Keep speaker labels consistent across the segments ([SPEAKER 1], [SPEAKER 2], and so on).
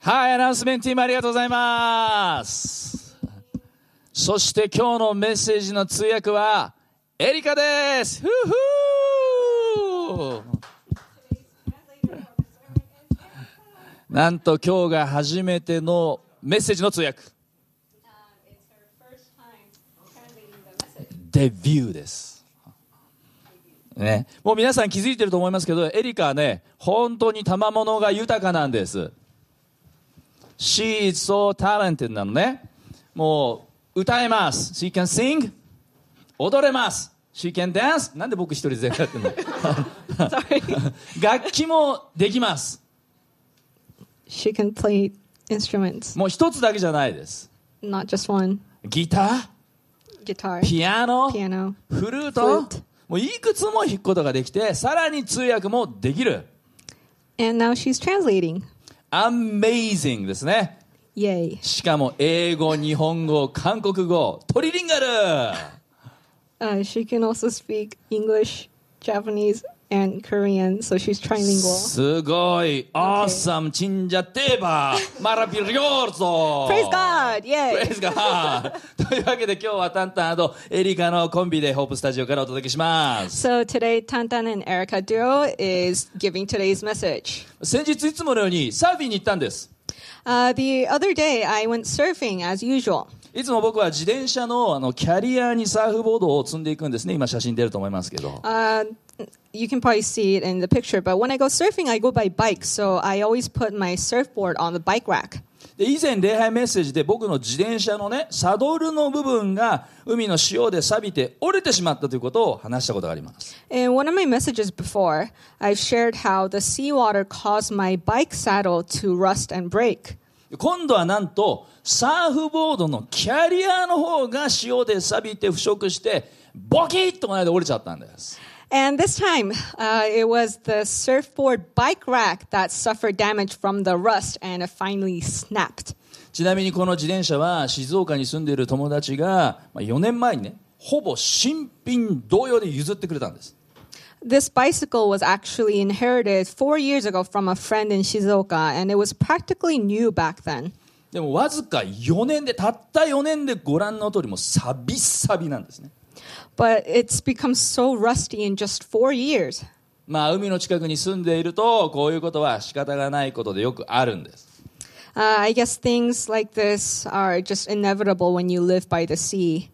[SPEAKER 1] はい、アナウンスメントチームありがとうございます。そして今日のメッセージの通訳は、エリカですふうふうなんと今日が初めてのメッセージの通訳、
[SPEAKER 2] Um, It's her first time translating the message.
[SPEAKER 1] デビューです。ね、もう皆さん気づいてると思いますけど、エリカはね、本当に賜物が豊かなんです。She is so talented なのね。もう、歌えます。She can sing. 踊れます。She can dance. なんで僕一人全部やってん の楽器もできます。
[SPEAKER 2] She can play instruments,
[SPEAKER 1] もう一つだけじゃないです。
[SPEAKER 2] not just one
[SPEAKER 1] ギタ
[SPEAKER 2] guitar,
[SPEAKER 1] ー、ピアノ、
[SPEAKER 2] piano,
[SPEAKER 1] フルート、
[SPEAKER 2] フルート
[SPEAKER 1] もういくつも弾くことができて、さらに通訳もできる。
[SPEAKER 2] and now she's translating.
[SPEAKER 1] Amazing ですね。
[SPEAKER 2] Yay.
[SPEAKER 1] しかも英語、日本語、韓国語、トリリンガル
[SPEAKER 2] Uh, she can also speak English, Japanese, and Korean, so she's trilingual.
[SPEAKER 1] すごい !Awesome! チンジャテーバーマラビリオーゾ
[SPEAKER 2] Praise God! Yay!
[SPEAKER 1] Praise God! というわけで今日はタンタンとエリカのコンビでホープスタジオからお届けします。
[SPEAKER 2] So today, Tantan and Erica Duo is giving today's message.
[SPEAKER 1] 先日いつものようにサーフィンに行ったんです。
[SPEAKER 2] Uh, the other day, I went surfing as usual.
[SPEAKER 1] いつも僕は自転車のあのキャリアにサーフボードを積んでいくんですね。今写真出ると思いますけど。
[SPEAKER 2] Uh, you can probably see it in the picture, but when I go surfing, I go by bike, so I always put my surfboard on the bike rack.
[SPEAKER 1] で以前礼拝メッセージで僕の自転車のねサドルの部分が海の塩で錆びて折れてしまったということを話したことがあります
[SPEAKER 2] In one of my messages before, I've shared how the seawater caused my bike saddle to rust and break.
[SPEAKER 1] 今度はなんとサーフボードのキャリアの方が塩で錆びて腐食してボキッとこの間折れちゃったんです
[SPEAKER 2] And this time, uh, it was the surfboard bike rack that suffered damage from the rust and it finally snapped.
[SPEAKER 1] ちなみにこの自転車は静岡に住んでいる友達がまあ4年前にねほぼ新品同様で譲ってくれたんです
[SPEAKER 2] This bicycle was actually inherited four years ago from a friend in Shizuoka, and it was practically new back then.
[SPEAKER 1] でもわずか4年でたった4年でご覧の通りもうサビサビなんですね
[SPEAKER 2] But it's become so rusty in just four years.
[SPEAKER 1] まあ、海の近くに住んでいるとこういうことは仕方がないことでよくあるんです、
[SPEAKER 2] Uh, I guess things like this are just inevitable when you live by the sea.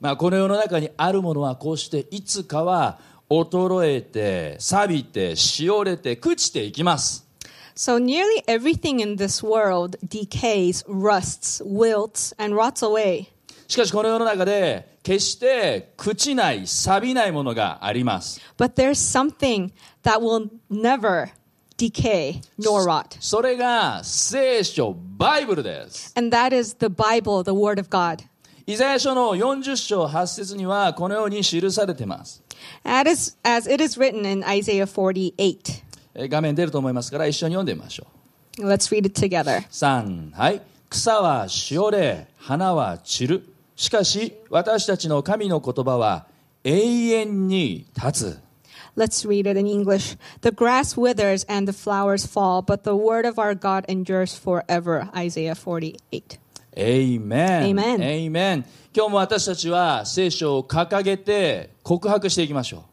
[SPEAKER 1] まあ、この世の中にあるものはこうしていつかは衰えて錆びてしおれて朽ちていきます
[SPEAKER 2] So nearly everything in this world decays, rusts, wilts, and rots away.
[SPEAKER 1] しかしこの世の中で決して朽ちない錆びないものがあります
[SPEAKER 2] But there's something that will never decay nor rot,
[SPEAKER 1] それが聖書バイブルです
[SPEAKER 2] and that is the Bible, the Word of God.
[SPEAKER 1] イザヤ書の40章8節にはこのように記されてます
[SPEAKER 2] That is, as it is written in Isaiah 48.
[SPEAKER 1] えー画面出ると思いますから一緒に読んでみましょう
[SPEAKER 2] Let's read it together.
[SPEAKER 1] 三はい草はしおれ花は散るしかし私たちの神の言葉は永遠に立つ
[SPEAKER 2] Let's read it in English. The grass withers and the flowers fall, but the word of our God endures forever. Isaiah 48.
[SPEAKER 1] エイメン
[SPEAKER 2] Amen
[SPEAKER 1] エイメン今日も私たちは聖書を掲げて告白していきましょ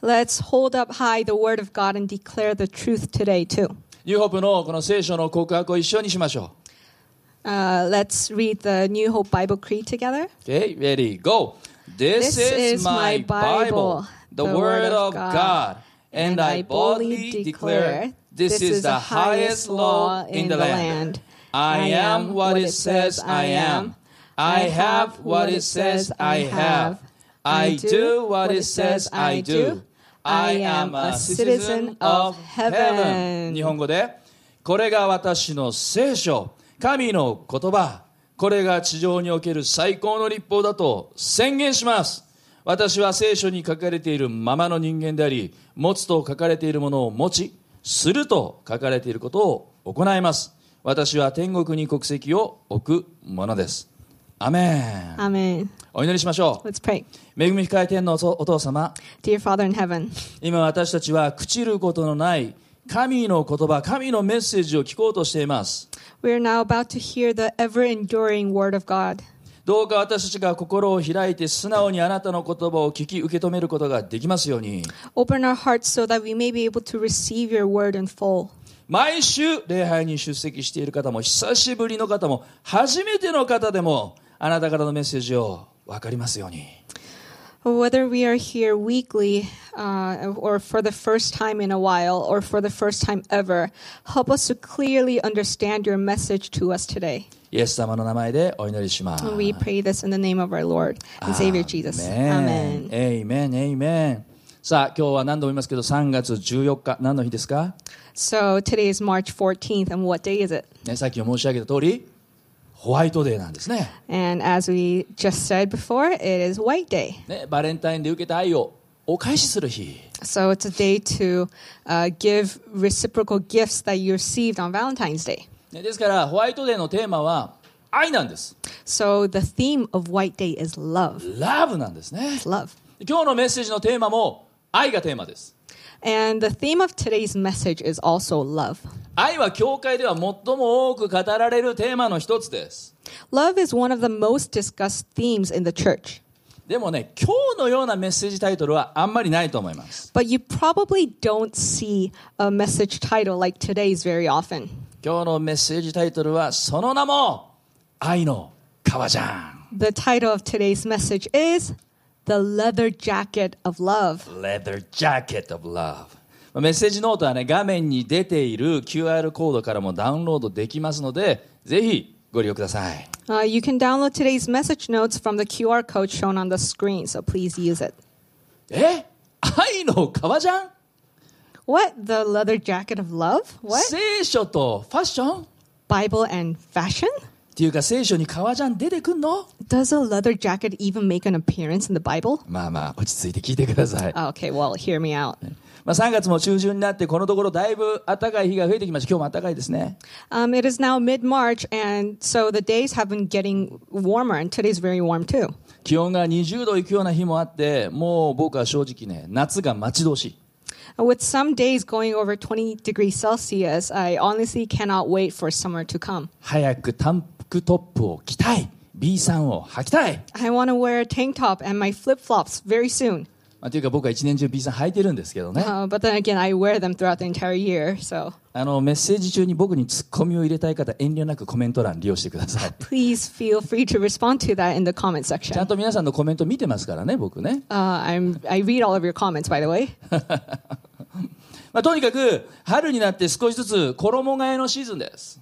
[SPEAKER 2] Let's hold up high the word of God and declare the truth today, too.
[SPEAKER 1] うニューホープのこの聖書の告白を一緒にしましょ
[SPEAKER 2] Uh, let's read the New Hope Bible Creed together.
[SPEAKER 1] う OK ready go This, is
[SPEAKER 2] This is
[SPEAKER 1] my
[SPEAKER 2] my Bible,
[SPEAKER 1] Bible the word of God and I boldly declare this is the highest law in the land I am what it says I am. I have what it says I have. I do what it says I do. I am a citizen of heaven. 日本語で、これが私の聖書、神の言葉、これが地上における最高の立法だと宣言します。私は聖書に書かれているままの人間であり、持つと書かれているものを持ち、すると書かれていることを行います。私は天国に国籍を置くものです。アメン。
[SPEAKER 2] Amen.
[SPEAKER 1] お祈りしましょう。
[SPEAKER 2] Let's pray.
[SPEAKER 1] 恵み深い天のお父お父様、
[SPEAKER 2] Dear Father in heaven,
[SPEAKER 1] 今私たちは朽ちることのない神の言葉、神のメッセージを聞こうとしています。
[SPEAKER 2] We are now about to hear the ever enduring Word of God.
[SPEAKER 1] どうか私たちが心を開いて素直にあなたの言葉を聞き受け止めることができますように
[SPEAKER 2] Open our hearts so that we may be able to receive your Word in full.
[SPEAKER 1] 毎週礼拝に出席している方も久しぶりの方も初めての方でもあなたからのメッセージを分かりますように
[SPEAKER 2] Whether we are here weekly uh, or for the first time in a while or for the first time ever, help us to clearly understand your message to us today.
[SPEAKER 1] イエス様の名前でお祈りします
[SPEAKER 2] And we pray this in the name of our Lord and Savior Jesus. Amen.
[SPEAKER 1] エイメンエイメンさあ今日は何度も言いますけど3月14日何の日ですか、
[SPEAKER 2] So today is March 14th, and what day is it?
[SPEAKER 1] ね、さっき申し上げた通りホワイトデーなんですね
[SPEAKER 2] And as we just said before, it is White Day.
[SPEAKER 1] ねバレンタインで受けた愛をお返しする日
[SPEAKER 2] So it's a day to uh, give reciprocal gifts that you received on Valentine's Day.
[SPEAKER 1] ねですからホワイトデーのテーマは愛なんです
[SPEAKER 2] So the theme of White Day is love.
[SPEAKER 1] ラブなんですね
[SPEAKER 2] It's love.
[SPEAKER 1] 今日のメッセージのテーマも愛がテーマです
[SPEAKER 2] And the theme of today's message is also love.
[SPEAKER 1] 愛は教会では最も多く語られるテーマの一つです
[SPEAKER 2] Love is one of the most discussed themes in the church.
[SPEAKER 1] でもね今日のようなメッセージタイトルはあんまりないと思います
[SPEAKER 2] But you probably don't see a message title like today's very often.
[SPEAKER 1] 今日のメッセージタイトルはその名も愛の革じゃん
[SPEAKER 2] The title of today's message is The Leather Jacket of Love.
[SPEAKER 1] Leather Jacket of Love メッセージノートはね画面に出ている QR コードからもダウンロードできますのでぜひご利用ください
[SPEAKER 2] Uh, you can download today's message notes from the QR code shown on the screen, so please use it.
[SPEAKER 1] え愛の革じゃん
[SPEAKER 2] What? The leather jacket of love? What?
[SPEAKER 1] 聖書とファッションっ
[SPEAKER 2] Bible and fashion?
[SPEAKER 1] ていうか聖書に革ジャン出てくんの
[SPEAKER 2] Does a leather jacket even make an appearance in the Bible?
[SPEAKER 1] まあまあ落ち着いて聞いてください、ま
[SPEAKER 2] Oh, okay, well, hear me out.
[SPEAKER 1] あ、3月も中旬になってこのところだいぶ暖かい日が増えてきました今日も暖かいですね
[SPEAKER 2] Um, it is now mid March, and so the days have been getting warmer, and today's very warm too.
[SPEAKER 1] 気温が20度いくような日もあってもう僕は正直ね夏が待ち遠しい
[SPEAKER 2] Uh, With some days going over 20 degrees Celsius, I honestly cannot wait for summer to come.
[SPEAKER 1] 早くタンクトップを着たい B さんを履きたい、
[SPEAKER 2] I want to wear a tank top and my flip flops very soon.
[SPEAKER 1] まあ、というか僕は一年中 B さん履いてるんですけどね
[SPEAKER 2] Uh, but then again, I wear them throughout the entire year, so
[SPEAKER 1] あのメッセージ中に僕にツッコミを入れたい方遠慮なくコメント欄利用してください
[SPEAKER 2] please feel free to respond to that in the comment
[SPEAKER 1] ちゃ
[SPEAKER 2] section.
[SPEAKER 1] んと皆さんのコメント見てますからね僕ね
[SPEAKER 2] Uh, I'm, I read all of your comments, by the way.
[SPEAKER 1] まあ、とにかく春になって少しずつ衣替えのシーズンです。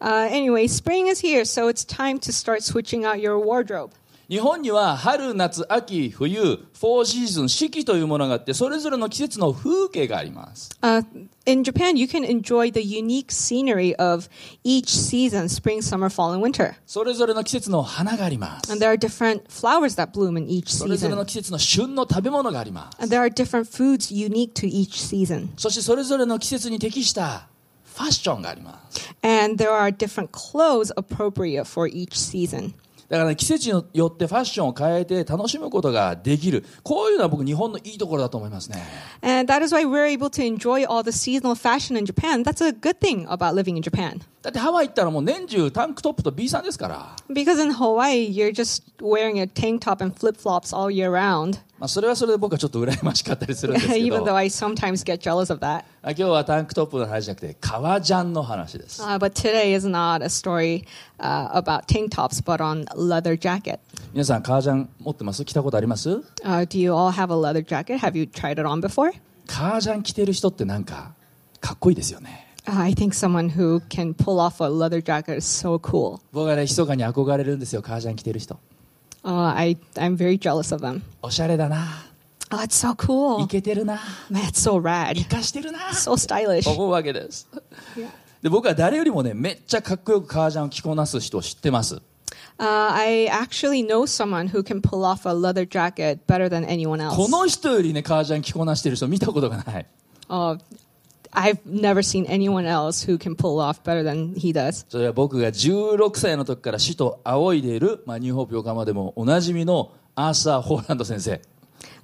[SPEAKER 2] Uh, anyway, spring is here, so it's time to start switching out your wardrobe.
[SPEAKER 1] 日本には春、夏、秋、冬、4シーズン、四季というものがあって、それぞれの季節の風景があります。
[SPEAKER 2] Uh, in Japan, you can enjoy the unique scenery of each season spring, summer, fall, and winter.
[SPEAKER 1] それぞれの季節の花があります
[SPEAKER 2] And。there are different flowers that bloom in each
[SPEAKER 1] それぞれの
[SPEAKER 2] season.
[SPEAKER 1] 季節の旬の食べ物があります。
[SPEAKER 2] And there are different foods unique to each season.
[SPEAKER 1] そしてそれぞれの季節に適したファッションがあります。
[SPEAKER 2] And there are different clothes appropriate for each season.
[SPEAKER 1] だから、ね、季節によってファッションを変えて楽しむことができる。こういうのは僕、日本のいいところだと思いますね。
[SPEAKER 2] And that is why we're able to enjoy all the seasonal fashion in Japan. That's a good thing about living in Japan.
[SPEAKER 1] だってハワイ行ったらもう年中タンクトップと B さんですから。
[SPEAKER 2] Because in Hawaii, you're just wearing a tank top and flip flops all year round,
[SPEAKER 1] まあ、それはそれで僕はちょっと羨ましかったりする んですけ
[SPEAKER 2] even
[SPEAKER 1] ど
[SPEAKER 2] though I sometimes get jealous of that.
[SPEAKER 1] あ今日はタンクトップの話じゃなくて革ジャンの話です
[SPEAKER 2] Uh, but today is not a story uh, about tank tops, but on leather jacket.
[SPEAKER 1] 皆さん革ジャン持ってます着たことあります
[SPEAKER 2] Uh, do you all have a leather jacket? Have you tried it on before? Uh,
[SPEAKER 1] 革ジャン着てる人ってなんかかっこいいですよね
[SPEAKER 2] Uh, I think someone who can pull off a leather jacket is so cool.
[SPEAKER 1] 僕はね密かに憧れるんですよ革ジャン着てる人
[SPEAKER 2] Uh, I, I'm very jealous of them.
[SPEAKER 1] おしゃれだな
[SPEAKER 2] Oh, it's so
[SPEAKER 1] イ
[SPEAKER 2] cool.
[SPEAKER 1] ケてるな
[SPEAKER 2] Man, it's so rad.
[SPEAKER 1] 生かしてるな
[SPEAKER 2] So stylish.
[SPEAKER 1] 思うわけですで僕は誰よりもねめっちゃかっこよく革ジャンを着こなす人を知ってます
[SPEAKER 2] Uh, I actually know someone who can pull off a leather jacket better than anyone
[SPEAKER 1] こ
[SPEAKER 2] else.
[SPEAKER 1] の人よりね革ジャン着こなしてる人見たことがない
[SPEAKER 2] Uh, I've never seen anyone else who can pull off better than he does.
[SPEAKER 1] それは僕が16歳の時から死と仰いでいる、まあ、ニューホープ横浜でもおなじみのアーサー・ホーランド先生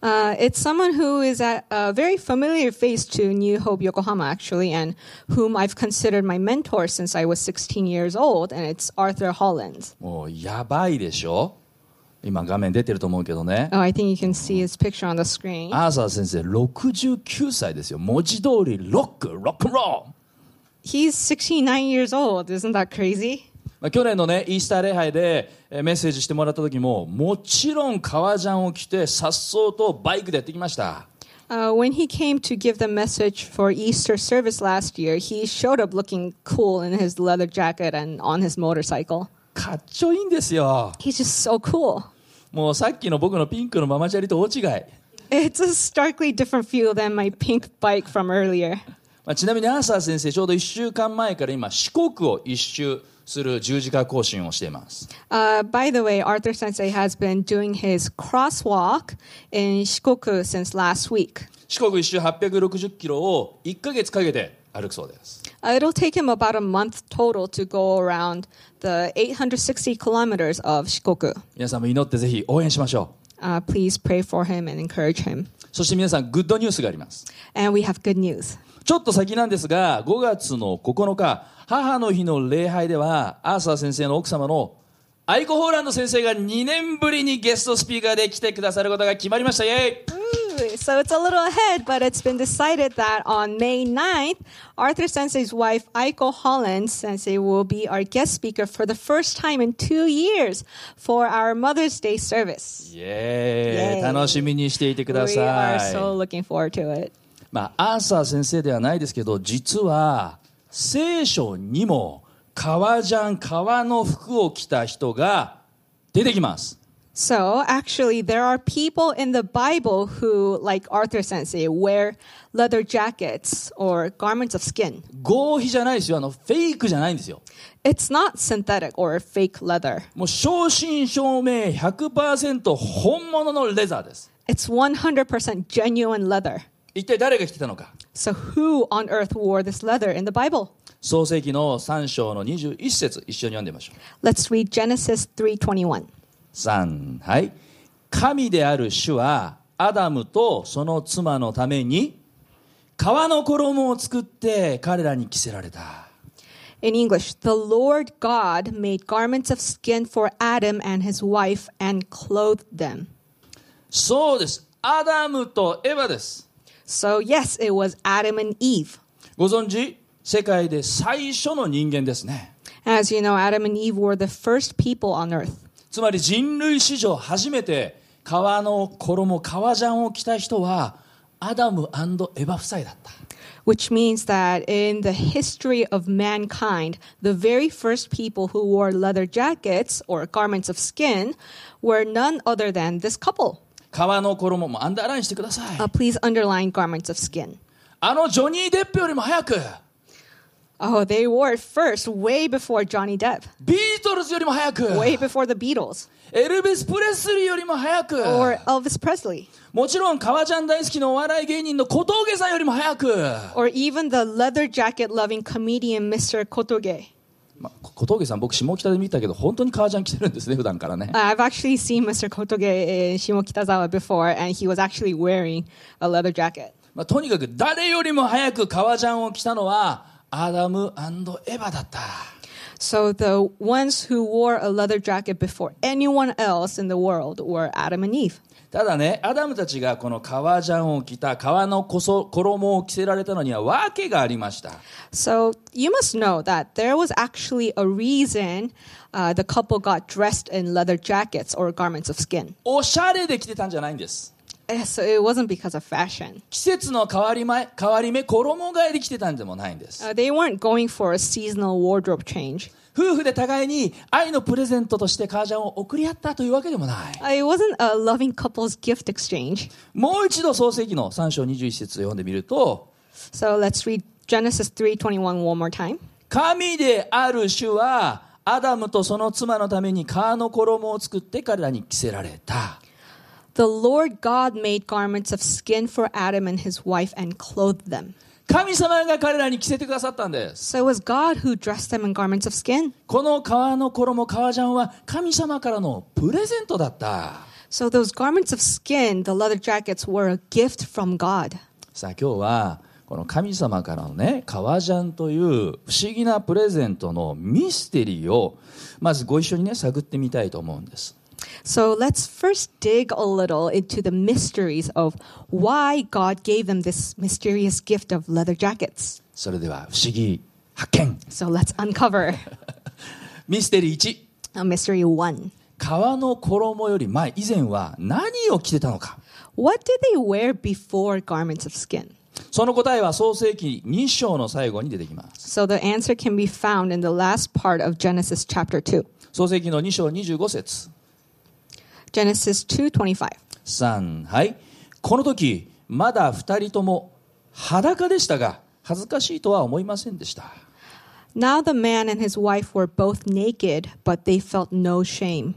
[SPEAKER 2] Uh, it's someone who is at a very familiar face to New Hope Yokohama, actually, and whom I've considered my mentor since I was 16 years old, and it's Arthur Holland.
[SPEAKER 1] もうやばいでしょ今画面出てると思うけどね。
[SPEAKER 2] Oh, I think you can see his picture on the screen.
[SPEAKER 1] アーサー先生69歳ですよ。文字通りロック、ロックンロール。
[SPEAKER 2] He's 69 years old. Isn't that crazy?
[SPEAKER 1] まあ去年のね、イースター礼拝でえーメッセージしてもらった時も、もちろん革ジャンを着て、さっそうとバイクでやってきました。
[SPEAKER 2] Uh, when he came to give the message for Easter service last year, he showed up looking cool in his leather jacket and on his motorcycle.
[SPEAKER 1] かっちょいいんですよ。
[SPEAKER 2] He's just so cool.
[SPEAKER 1] もうさっきの僕のピンクのママチャリと大違い。
[SPEAKER 2] It's a starkly different feel than my pink bike from earlier.
[SPEAKER 1] まあ、ちなみにアーサー先生、ちょうど1週間前から今、四国を一周する十字架行進をしています。
[SPEAKER 2] Uh, by the way, Arthur Sensei has been doing his crosswalk in Shikoku since last week.
[SPEAKER 1] 四国一周860キロを1ヶ月かけて歩くそうです。
[SPEAKER 2] Uh, it'll take him about a month total to go around the 860 kilometers of Shikoku.
[SPEAKER 1] 皆さんも祈ってぜひ応援しましょ
[SPEAKER 2] Uh, please pray for him and encourage him.
[SPEAKER 1] う。そして皆さん、グッドニュースがあります。
[SPEAKER 2] And we have good news.
[SPEAKER 1] ちょっと先なんですが、5月の9日、母の日の礼拝では、アーサー先生の奥様のアイコ・ホーランド先生が2年ぶりにゲストスピーカーで来てくださることが決まりました。イェイ
[SPEAKER 2] Ooh, So it's a little ahead, but it's been decided that on May 9th, Arthur Sensei's wife, Aiko Holland Sensei, will be our guest speaker for the first time in two years for our Mother's Day service.
[SPEAKER 1] イェーイ
[SPEAKER 2] イェーイ
[SPEAKER 1] 楽しみにしていてく
[SPEAKER 2] We
[SPEAKER 1] だ
[SPEAKER 2] are
[SPEAKER 1] さい。
[SPEAKER 2] so looking forward to it.
[SPEAKER 1] まあ、アーサー先生ではないですけど、実は、聖書にも、革ジャン、革の服を着た人が出てきます。
[SPEAKER 2] So actually, there are people in the Bible who, like Arthur Sensei, wear leather jackets or garments of skin.
[SPEAKER 1] 合皮じゃないですよ。あの、フェイクじゃないんですよ。
[SPEAKER 2] It's not synthetic or fake leather.
[SPEAKER 1] もう正真正銘100%本物のレザーです。
[SPEAKER 2] It's 100% genuine leather.
[SPEAKER 1] 一体誰が着てたのか。
[SPEAKER 2] So who on earth wore this leather in the Bible?
[SPEAKER 1] 創世紀の3章の21節一緒に読んでみましょう。
[SPEAKER 2] Let's read Genesis 3:21.
[SPEAKER 1] 3、はい。神である主は、アダムとその妻のために、革の衣を作って彼らに着せられた。
[SPEAKER 2] In English, the Lord God made garments of skin for Adam and his wife and clothed them.
[SPEAKER 1] そうです。アダムとエヴァです。
[SPEAKER 2] So yes, it was Adam and Eve.
[SPEAKER 1] ご存知世界で最初の人間ですね。
[SPEAKER 2] As you know, Adam and Eve were the first people on earth.
[SPEAKER 1] つまり人類史上初めて革の衣革ジャンを着た人はアダムエヴァ夫妻だった、
[SPEAKER 2] Which means that in the history of mankind, the very first people who wore leather jackets or garments of skin were none other than this couple.
[SPEAKER 1] 革の衣もアンダーラインしてください
[SPEAKER 2] Uh, please underline garments of skin.
[SPEAKER 1] あのジョニー・デップよりも早く
[SPEAKER 2] Oh, they wore it first, way before Johnny Depp,
[SPEAKER 1] ビートルズよりも早く
[SPEAKER 2] way before the Beatles
[SPEAKER 1] エルビス・プレスリーよりも早く
[SPEAKER 2] or Elvis Presley
[SPEAKER 1] もちろん革ジャン大好きのお笑い芸人の小峠さんよりも早く、
[SPEAKER 2] or even the leather jacket loving comedian Mr. Kotoge.
[SPEAKER 1] まあ小峠さん僕下北で見たけど本当に革ジャン着てるんですね普段からね
[SPEAKER 2] Uh, I've actually seen Mr. Kotoge in Shimokitazawa before, and he was actually wearing a leather jacket.
[SPEAKER 1] まあ、とにかく誰よりも早く革ジャンを着たのはアダムエヴァだった
[SPEAKER 2] So the ones who wore a leather jacket before anyone else in the world were Adam and Eve.
[SPEAKER 1] ただねアダムたちがこの革ジャンを着た革のこそ衣を着せられたのには訳がありました
[SPEAKER 2] So you must know that there was actually a reason uh, the couple got dressed in leather jackets or garments of skin.
[SPEAKER 1] おしゃれで着てたんじゃないんです
[SPEAKER 2] Eh, So it wasn't because of fashion.
[SPEAKER 1] 季節の変わり前変わり目衣替えで着てたんでもないんです
[SPEAKER 2] Uh, they weren't going for a seasonal wardrobe change.
[SPEAKER 1] 夫婦で互いに愛のプレゼントとして革ジャンを贈り合ったというわけでもない
[SPEAKER 2] Uh, it wasn't a loving couple's gift exchange.
[SPEAKER 1] もう一度創世記の3章21節を読んでみると
[SPEAKER 2] So let's read Genesis 3:21 one more time.
[SPEAKER 1] 神である主はアダムとその妻のために革の衣を作って彼らに着せられた
[SPEAKER 2] The Lord God made garments of skin for Adam and his wife and clothed them.
[SPEAKER 1] 神様が彼らに着せてくださったんです
[SPEAKER 2] So it was God who dressed them in garments of skin.
[SPEAKER 1] この革の衣革ジャンは神様からのプレゼントだった
[SPEAKER 2] So those garments of skin, the leather jackets, were a gift from God.
[SPEAKER 1] さあ今日はこの神様からのね革ジャンという不思議なプレゼントのミステリーをまずご一緒にね探ってみたいと思うんです
[SPEAKER 2] So let's first dig a little into the mysteries of why God gave them this mysterious gift of leather jackets.
[SPEAKER 1] それでは不思議発見
[SPEAKER 2] So let's uncover
[SPEAKER 1] ミステリー1
[SPEAKER 2] uh, mystery one.
[SPEAKER 1] 革の衣より前以前は何を着てたのか
[SPEAKER 2] What did they wear before garments of skin?
[SPEAKER 1] その答えは創世記2章の最後に出てきます
[SPEAKER 2] So the answer can be found in the last part of Genesis chapter 2.
[SPEAKER 1] 創世記の2章25節
[SPEAKER 2] Genesis 2:25.
[SPEAKER 1] 3はいこの時まだ2人とも裸でしたが恥ずかしいとは思いませんでした
[SPEAKER 2] Now the man and his wife were both naked, but they felt no shame.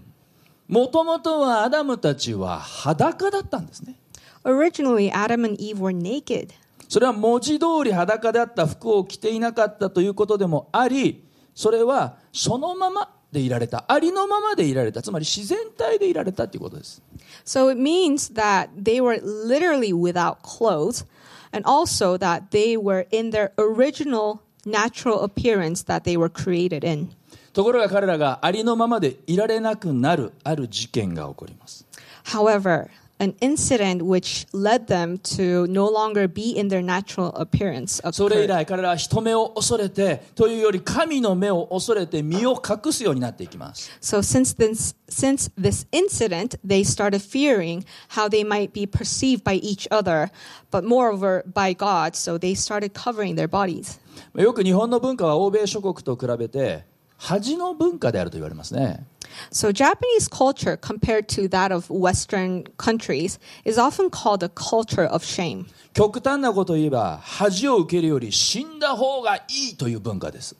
[SPEAKER 1] もともとはアダムたちは裸だったんですね
[SPEAKER 2] Originally, Adam and Eve were naked.
[SPEAKER 1] それは文字通り裸であった服を着ていなかったということでもありそれはそのままでいられたありのままでいられたつまり自然体でいられたということです
[SPEAKER 2] So it means that they were literally without clothes, and also that they were in their original natural appearance that they were created in.
[SPEAKER 1] ところが彼らがありのままでいられなくなるある事件が起こります
[SPEAKER 2] However, an incident which led them to no longer be in their natural appearance
[SPEAKER 1] それ以
[SPEAKER 2] occurred.
[SPEAKER 1] 来彼らは人目を恐れてというより神の目を恐れて身を隠すようになっていきます
[SPEAKER 2] So since this since this incident, they started fearing how they might be perceived by each other, but moreover by God. So they started covering their bodies.
[SPEAKER 1] よく日本の文化は欧米諸国と比べて恥の文化であると言われますね
[SPEAKER 2] So Japanese culture, compared to that of Western countries, is often called a culture of shame.
[SPEAKER 1] 極端なことを言えば恥を受けるより死んだ方がいいという文化です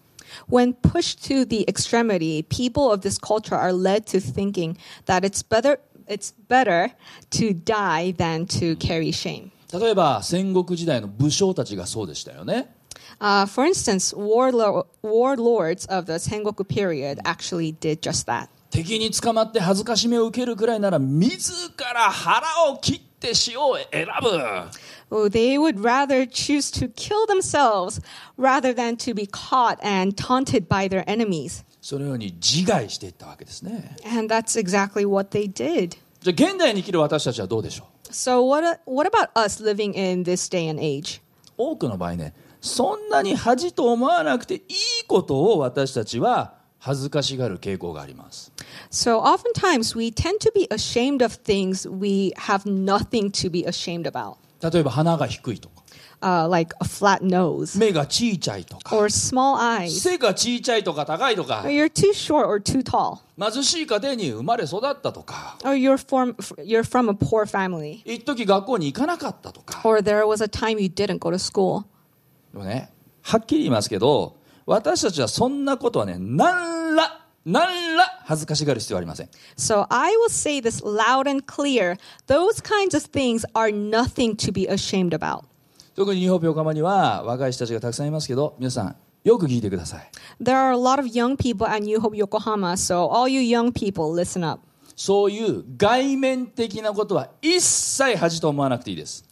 [SPEAKER 2] When pushed to the extremity, people of this culture are led to thinking that it's better it's better to die than to carry shame.
[SPEAKER 1] 例えば戦国時代の武将たちがそうでしたよね
[SPEAKER 2] Uh, for instance, warlo- warlords of the Sengoku period actually did just that.
[SPEAKER 1] 敵に捕まって恥ずかしめを受けるくらいなら自ら腹を切って死を選ぶ
[SPEAKER 2] Oh, they would rather choose to kill themselves rather than to be caught and taunted by their enemies.
[SPEAKER 1] そのように自害していったわけですね
[SPEAKER 2] And that's exactly what they did.
[SPEAKER 1] じゃあ現代に生きる私たちはどうでしょう
[SPEAKER 2] So, what, uh, what about us living in this day and age?
[SPEAKER 1] 多くの場合ねそんなに恥と思わなくていいことを私たちは恥ずかしがる傾向があります
[SPEAKER 2] So, oftentimes we tend to be ashamed of things we have nothing to be ashamed about,
[SPEAKER 1] 例えば鼻が低いとか
[SPEAKER 2] uh, like a flat nose
[SPEAKER 1] 目が小さいとか
[SPEAKER 2] or small eyes,
[SPEAKER 1] 背が小さいとか高いとか
[SPEAKER 2] or you're too short or too tall.
[SPEAKER 1] 貧しい家庭に生まれ育ったとか
[SPEAKER 2] or you're from you're from a poor family,
[SPEAKER 1] 一時学校に行かなかったとか
[SPEAKER 2] or there was a time you didn't go to school.
[SPEAKER 1] でもねはっきり言いますけど私たちはそんなことはねなんらなんら恥ずかしがる必要はありません
[SPEAKER 2] So I will say this loud and clear: those kinds of things are nothing to be ashamed about.
[SPEAKER 1] 特に日本病釜には若い人たちがたくさんいますけど皆さんよく聞いてください
[SPEAKER 2] There are a lot of young people at New Hope Yokohama, so all you young people, listen up.
[SPEAKER 1] そういう外面的なことは一切恥と思わなくていいです。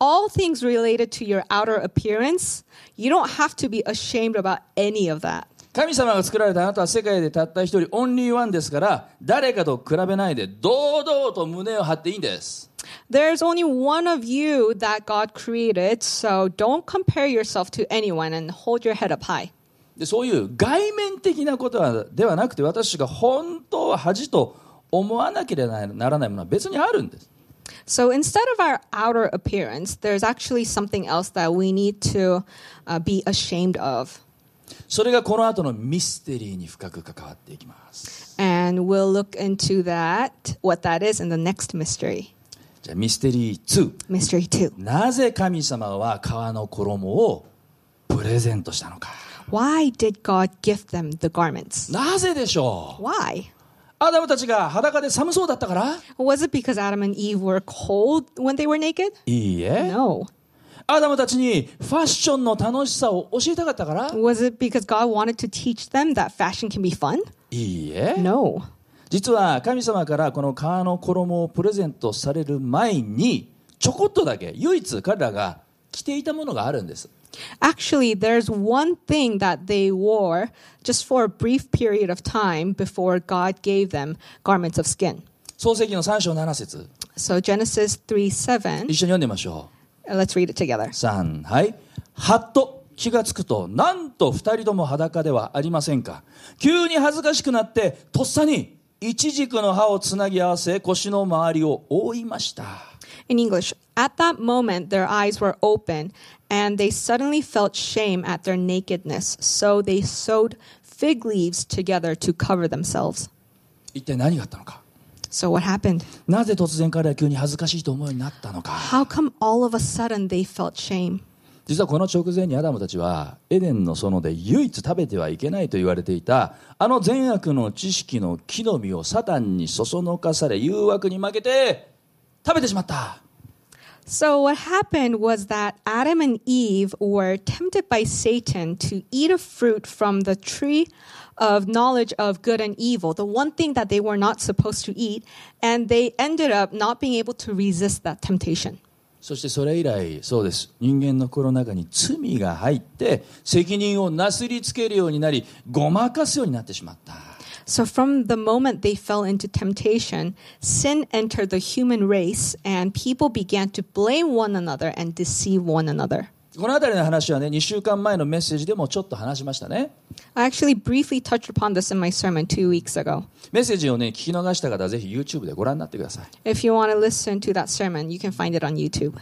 [SPEAKER 2] All things related to your outer appearance, you don't have to be ashamed about any of that.
[SPEAKER 1] 神様が作られたあなたは世界でたった一人オンリーワンですから誰かと比べないで堂々と胸を張っていいんです。
[SPEAKER 2] There's only one of you that God created, so don't compare yourself to anyone and hold your head up high.
[SPEAKER 1] でそういう外面的なことはではなくて私が本当は恥と思わなければならないものは別にあるんです。
[SPEAKER 2] So instead of our outer appearance, there's actually something else that we need to uh, be ashamed of.
[SPEAKER 1] それがこの後のミステリーに深く関わっていきます。
[SPEAKER 2] And we'll look into that, what that is, in the next mystery.
[SPEAKER 1] じゃあミステリー2。
[SPEAKER 2] Mystery two.
[SPEAKER 1] なぜ神様は革の衣をプレゼントしたのか。
[SPEAKER 2] Why did God gift them the garments?
[SPEAKER 1] なぜでしょう
[SPEAKER 2] Why?
[SPEAKER 1] アダムたちが裸で寒そうだったから
[SPEAKER 2] Was it because Adam and Eve were cold when they were naked?
[SPEAKER 1] いいえ
[SPEAKER 2] No.
[SPEAKER 1] アダムたちにファッションの楽しさを教えたかったから
[SPEAKER 2] Was it because God wanted to teach them that fashion can be fun?
[SPEAKER 1] いいえ
[SPEAKER 2] No.
[SPEAKER 1] 実は神様からこの皮の衣をプレゼントされる前にちょこっとだけ唯一彼らが着ていたものがあるんです
[SPEAKER 2] Actually, there's one thing that they wore just for a brief period of time before God gave them garments of skin.
[SPEAKER 1] 創世記の3章7節
[SPEAKER 2] So Genesis 3
[SPEAKER 1] 一
[SPEAKER 2] 7,
[SPEAKER 1] 緒に読んでみましょ
[SPEAKER 2] let's read it together.
[SPEAKER 1] う3はいはっと気がつくとなんと2人とも裸ではありませんか急に恥ずかしくなってとっさにイチジクの葉をつなぎ合わせ腰の周りを覆いました
[SPEAKER 2] In English, at that moment their eyes were open and they suddenly felt shame at their nakedness, so they sewed fig leaves together to cover themselves.
[SPEAKER 1] 一体何があったのか
[SPEAKER 2] So what happened?
[SPEAKER 1] なぜ突然彼らは急に恥ずかしいと思うようになったのか
[SPEAKER 2] How come all of a sudden they felt shame?
[SPEAKER 1] 実はこの直前にアダムたちはエデンの園で唯一食べてはいけないと言われていたあの善悪の知識の木の実をサタンにそそのかされ誘惑に負けて食べてしまった
[SPEAKER 2] So, what happened was that Adam and Eve were tempted by Satan to eat a fruit from the tree of knowledge of good and evil, the one thing that they were not supposed to eat, and they ended up not being able to resist that temptation.
[SPEAKER 1] そしてそれ以来そうです人間の心の中に罪が入って責任をなすりつけるようになりごまかすようになってしまった
[SPEAKER 2] So, from the moment they fell into temptation, sin entered the human race, and people began to blame one another and deceive one another.
[SPEAKER 1] この辺りの話はね2週間前のメッセージでもちょっと話しましたね
[SPEAKER 2] I actually briefly touched upon this in my sermon two weeks ago.
[SPEAKER 1] メッセージをね聞き逃した方はぜひ YouTube でご覧になってください
[SPEAKER 2] If you want to listen to that sermon, you can find it on YouTube.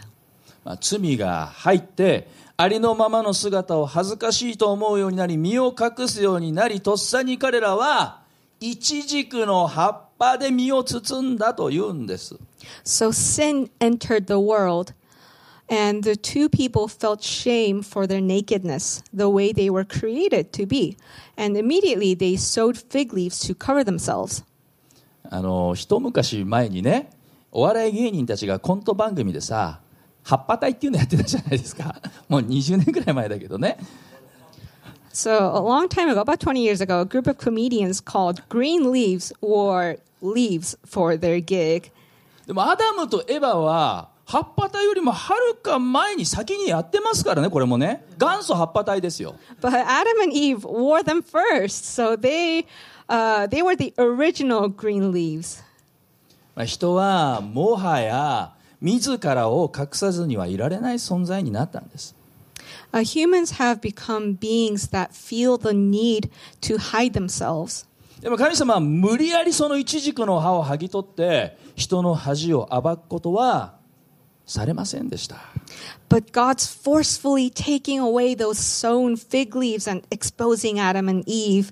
[SPEAKER 1] まあ、罪が入ってありのままの姿を恥ずかしいと思うようになり身を隠すようになりとっさに彼らはイチジクの葉っぱで身を包んだというんです
[SPEAKER 2] So sin entered the world, and the two people felt shame for their nakedness, the way they were created to be. And immediately they sewed fig leaves to cover themselves.
[SPEAKER 1] あの一昔前にねお笑い芸人たちがコント番組でさ葉っぱ隊っていうのやってたじゃないですか もう20年ぐらい前だけどね
[SPEAKER 2] So a long time ago, about 20 years ago, a group of comedians called Green Leaves wore leaves for their gig.
[SPEAKER 1] でもアダムとエヴァは葉っぱ隊よりもはるか前に先にやってますからねこれもね元祖葉っぱ隊ですよ
[SPEAKER 2] But Adam and Eve wore them first, so they uh, they were the original green leaves.
[SPEAKER 1] まあ人はもはや自らを隠さずにはいられない存在になったんです。
[SPEAKER 2] Uh, humans have become beings that feel the need to hide themselves.
[SPEAKER 1] でも神様は無理やりそのイチジクの葉を剥ぎ取って人の恥を暴くことはされませんでした。
[SPEAKER 2] But God's forcefully taking away those sown fig leaves and exposing Adam and Eve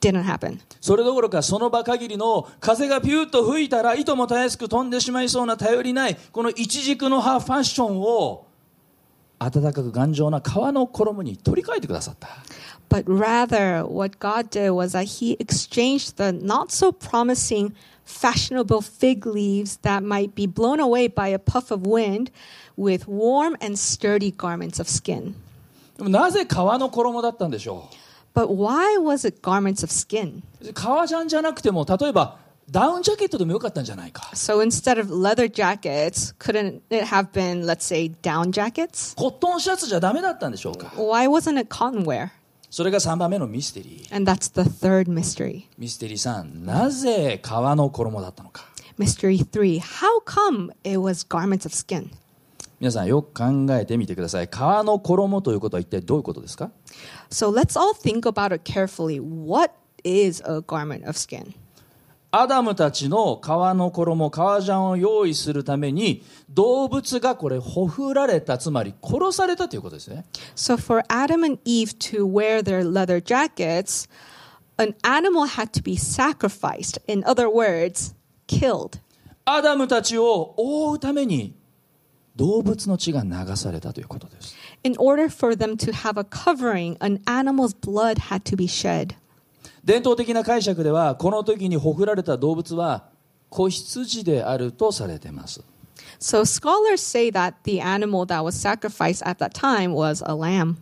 [SPEAKER 2] didn't happen.
[SPEAKER 1] それどころかその場限りの風がピューッと吹いたら糸もたやすく飛んでしまいそうな頼りないこのイチジクの葉ファッションを暖かく頑丈な皮の衣に取り替えてくださった。
[SPEAKER 2] But rather, what God did was that He exchanged the not so promising, fashionable fig leaves that might be blown away by a puff of wind with warm and sturdy garments of skin.
[SPEAKER 1] でもなぜ皮の衣だったんでしょう
[SPEAKER 2] But why was it garments of skin?
[SPEAKER 1] 革ジャンじゃなくても例えばダウンジャケットでもよかったんじゃないか
[SPEAKER 2] So instead of leather jackets, couldn't it have been, let's say, down jackets?
[SPEAKER 1] コットンシャツじゃダメだったんでしょうか
[SPEAKER 2] Why wasn't it cotton wear?
[SPEAKER 1] それが3番目のミステリー
[SPEAKER 2] And that's the third mystery.
[SPEAKER 1] ミステリーさんなぜ革の衣だったのか
[SPEAKER 2] Mystery three How come it was garments of skin?
[SPEAKER 1] 皆さんよく考えてみてください革の衣ということは一体どういうことですか
[SPEAKER 2] So let's all think about it carefully. What is a garment of skin?
[SPEAKER 1] アダムたちの革の衣革ジャンを用意するために動物がこれほふられたつまり殺されたということですね
[SPEAKER 2] So for Adam and Eve to wear their leather jackets, an animal had to be sacrificed. In other words, killed.
[SPEAKER 1] アダムたちを覆うために動物の血が流されたということです
[SPEAKER 2] In order for them to have a covering, an animal's blood had to be shed.
[SPEAKER 1] 伝統的な解釈ではこの時にほふられた動物は子羊であるとされています
[SPEAKER 2] So scholars say that the animal that was sacrificed at that time was a lamb.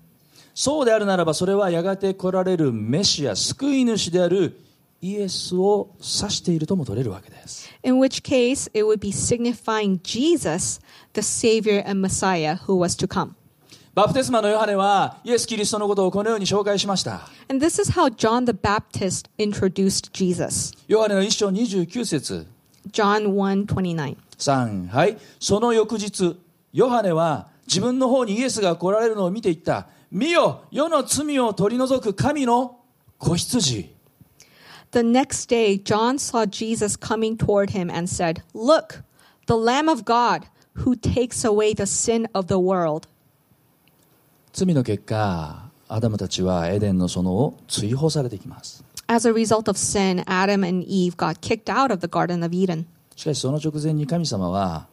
[SPEAKER 1] そうであるならばそれはやがて来られるメシア救い主であるイエスを指しているとも取れるわけです。
[SPEAKER 2] in which case it would be signifying Jesus, the Savior and Messiah who was to come.
[SPEAKER 1] バプテスマのヨハネはイエス・キリストのことをこのように紹介しました。
[SPEAKER 2] And this is how John the Baptist introduced Jesus.
[SPEAKER 1] ヨハネの一章29節
[SPEAKER 2] John 1:29.
[SPEAKER 1] 3はいその翌日ヨハネは自分の方にイエスが来られるのを見ていった見よ世の罪を取り除く神の子羊
[SPEAKER 2] The next day John saw Jesus coming toward him and said, "Look, the Lamb of God who takes away the sin of the world."
[SPEAKER 1] 罪の結果アダムたちはエデンの園を追放されていきます
[SPEAKER 2] As a result of sin, Adam and Eve got kicked out of the Garden of Eden.
[SPEAKER 1] しかしその直前に神様は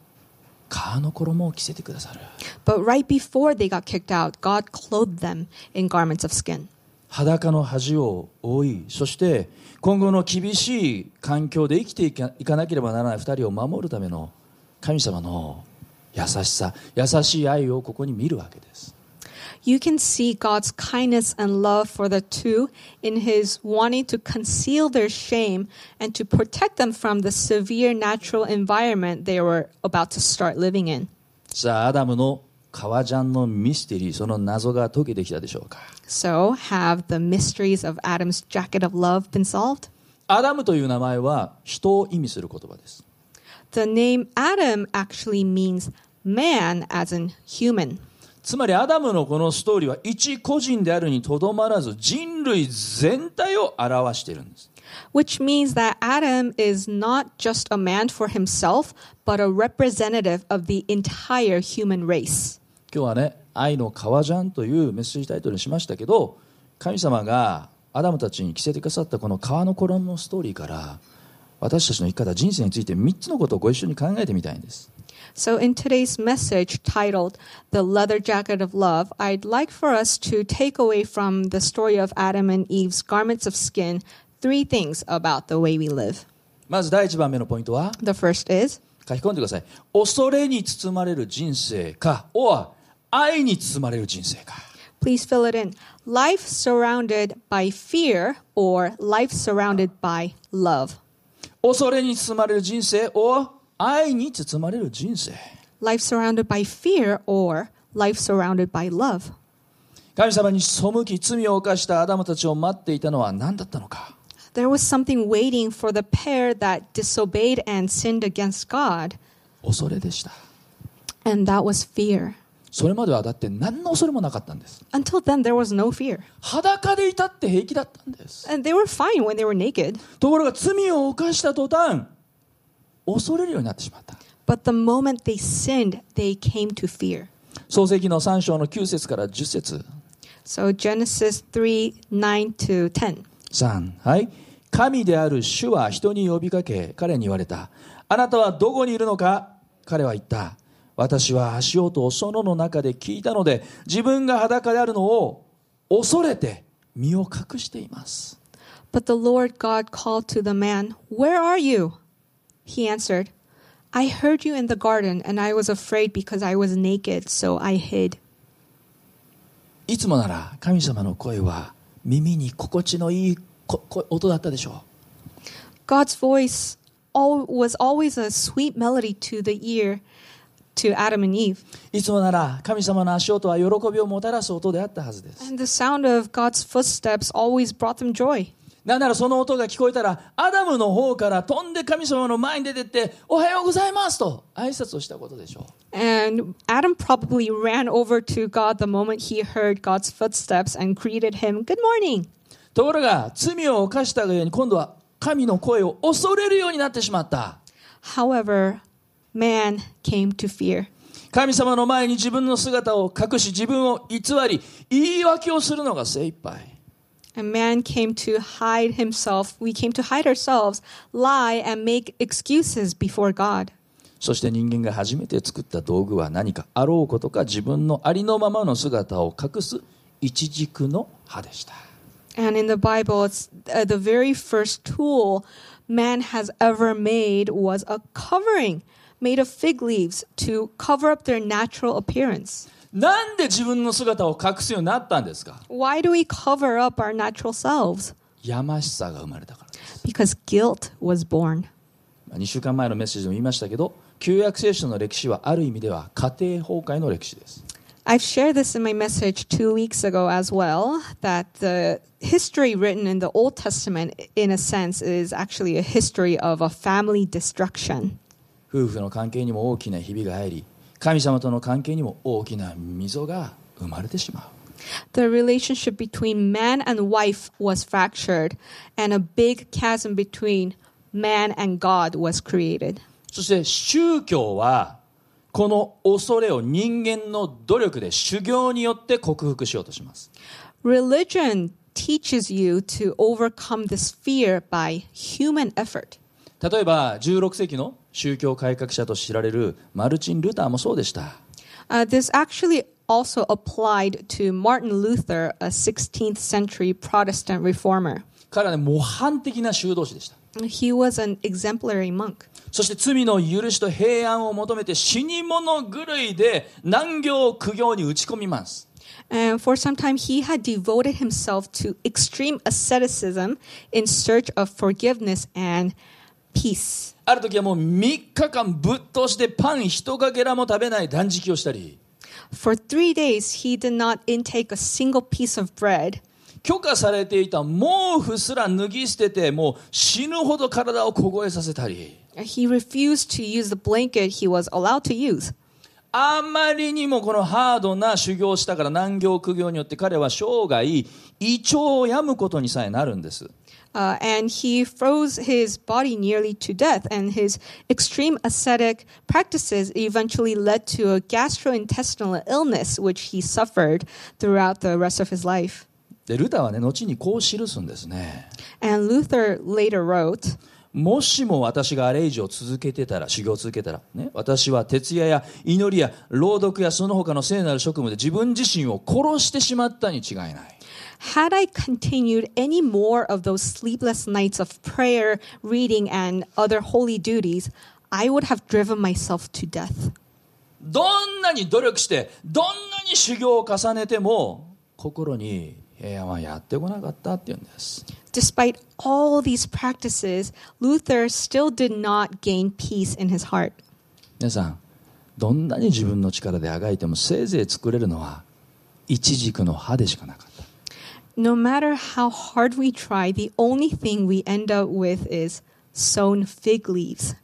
[SPEAKER 1] 革の衣を着せてくださる
[SPEAKER 2] But right before they got kicked out, God clothed them in garments of skin.
[SPEAKER 1] 裸の恥を覆いそして今後の厳しい環境で生きていかいかなければならない2人を守るための神様の優しさ優しい愛をここに見るわけです
[SPEAKER 2] You can see God's kindness and love for the two in his wanting to conceal their shame and to protect them from the severe natural environment they were about to start living in.
[SPEAKER 1] さあアダムの革ジャンのミステリーその謎が解けてきたでしょうか
[SPEAKER 2] So, have the mysteries of Adam's jacket of love been solved?
[SPEAKER 1] アダムという名前は人を意味する言葉です
[SPEAKER 2] The name Adam actually means man, as in human.
[SPEAKER 1] つまりアダムのこのストーリーは一個人であるにとどまらず人類全体を表しているんです
[SPEAKER 2] which means that Adam is not just a man for himself, but a representative of the entire human race.
[SPEAKER 1] 今日はね「愛の革ジャン」というメッセージタイトルにしましたけど神様がアダムたちに着せてくださったこの革の衣のストーリーから私たちの生き方人生について3つのことをご一緒に考えてみたいんです
[SPEAKER 2] So, in today's message titled The Leather Jacket of Love, I'd like for us to take away from the story of Adam and Eve's garments of skin three things about the way we live.
[SPEAKER 1] まず第1番目のポイントは
[SPEAKER 2] The first is
[SPEAKER 1] 書き込んでください恐れに包まれる人生か or 愛に包まれる人生か
[SPEAKER 2] please fill it in life surrounded by fear or life surrounded by love.
[SPEAKER 1] 恐れに包まれる人生 or 愛に包まれる人生
[SPEAKER 2] life surrounded by fear or life surrounded by love.
[SPEAKER 1] 神様に背き罪を犯したアダムたちを待っていたのは何だったのか
[SPEAKER 2] There was something waiting for the pair that disobeyed and sinned against God,
[SPEAKER 1] 恐れでした
[SPEAKER 2] and that was fear.
[SPEAKER 1] それまではだって何の恐れもなかったんです
[SPEAKER 2] Until then, there was no fear.
[SPEAKER 1] 裸でいたって平気だったんです
[SPEAKER 2] And they were fine when they were naked.
[SPEAKER 1] ところが罪を犯した途端恐れるようになってしまった
[SPEAKER 2] But the moment they sinned, they came to fear.
[SPEAKER 1] 創世記の3章の9節から10節
[SPEAKER 2] So Genesis 3 9 to 10.
[SPEAKER 1] 3はい神である主は人に呼びかけ彼に言われたあなたはどこにいるのか彼は言った私は足音をそのの中で聞いたので自分が裸であるのを恐れて身を隠しています
[SPEAKER 2] But the Lord God called to the man, Where are you? He answered, I heard you in the garden, and I was afraid because I was naked, so I hid.
[SPEAKER 1] いつもなら神様の声は耳に心地のいいここ音だったでしょ
[SPEAKER 2] God's voice al was always a sweet melody to the ear to Adam and Eve.
[SPEAKER 1] ういつもなら神様の足音は喜びをもたらす音であったはずです
[SPEAKER 2] And the sound of God's footsteps always brought them joy.
[SPEAKER 1] なんならその音が聞こえたらアダムの方から飛んで神様の前に出てっておはようございますと挨拶をしたことでしょ
[SPEAKER 2] And Adam probably ran over to God the moment he heard God's footsteps and greeted him, Good morning.
[SPEAKER 1] うところが罪を犯したがゆえに今度は神の声を恐れるようになってしまった
[SPEAKER 2] However, man came to fear.
[SPEAKER 1] 神様の前に自分の姿を隠し自分を偽り言い訳をするのが精一杯
[SPEAKER 2] And man came to hide himself. We came to hide ourselves, lie, and make excuses before God.
[SPEAKER 1] そして人間が初めて作った道具は何かあろうことか自分のありのままの姿を隠す一軸の葉でした。
[SPEAKER 2] And in the Bible, it's uh, the very first tool man has ever made was a covering made of fig leaves to cover up their natural appearance.
[SPEAKER 1] なんで自分の姿を隠すようになったんですか
[SPEAKER 2] Why do we cover up our natural selves?
[SPEAKER 1] やましさが生まれたからです。
[SPEAKER 2] because guilt was born.
[SPEAKER 1] 2週間前のメッセージでも言いましたけど、旧約聖書の歴史はある意味では家庭崩壊の歴史です。
[SPEAKER 2] I've shared this in my message two weeks ago as well that the history written in the Old Testament, in a sense, is actually a history of a family destruction.
[SPEAKER 1] 夫婦の関係にも大きなひびが入り、神様との関係にも大きな溝が生まれてしまう。
[SPEAKER 2] The relationship between man and wife was fractured, and a big chasm between man and God was created.
[SPEAKER 1] そして宗教はこの恐れを人間の努力で修行によって克服しようとします。
[SPEAKER 2] Religion teaches you to overcome this fear by human effort.
[SPEAKER 1] 例えば16世紀の宗教改革者と知られるマルチン・ルターもそうでした。
[SPEAKER 2] Uh, this actually also applied to Martin Luther, a 16th century Protestant reformer.
[SPEAKER 1] 彼はね、模範的な修道士でした。
[SPEAKER 2] He was an exemplary monk.
[SPEAKER 1] そして罪の許しと平安を求めて死に物狂いで難行苦行に打ち込みます。
[SPEAKER 2] And for some time, he had devoted himself to extreme asceticism in search of forgiveness and peace.
[SPEAKER 1] ある時はもう3日間ぶっ通してパン一かけらも食べない断食をしたり、
[SPEAKER 2] For three days, he did not intake a single piece of bread.
[SPEAKER 1] 許可されていた毛布すら脱ぎ捨ててもう死ぬほど体を凍えさせたり、
[SPEAKER 2] He refused to use the blanket he was allowed to use.
[SPEAKER 1] あまりにもこのハードな修行をしたから難行苦行によって彼は生涯胃腸を病むことにさえなるんです。
[SPEAKER 2] Uh, and he froze his body nearly to death, and his extreme ascetic practices eventually led to a gastrointestinal illness, which he suffered throughout the rest of his life.
[SPEAKER 1] で、ルターはね、後にこう記すんですね。
[SPEAKER 2] And Luther later wrote,
[SPEAKER 1] もしも私があれ以上続けてたら、修行を続けたら、ね、私は徹夜や祈りや朗読やその他の聖なる職務で自分自身を殺してしまったに違いない。
[SPEAKER 2] Had I continued any more of those sleepless nights of prayer, reading, and other holy duties, I would have driven myself to death.
[SPEAKER 1] どんなに努力して、どんなに修行を重ねても、心に平安はやってこなかったっていうんです。
[SPEAKER 2] Despite all these practices, Luther still did not gain peace in his heart.
[SPEAKER 1] 皆さん、どんなに自分の力であがいても、せいぜい作れるのは、イチジクの葉でしかなかった。
[SPEAKER 2] No matter how hard we try, the only thing we end up with is sown fig leaves.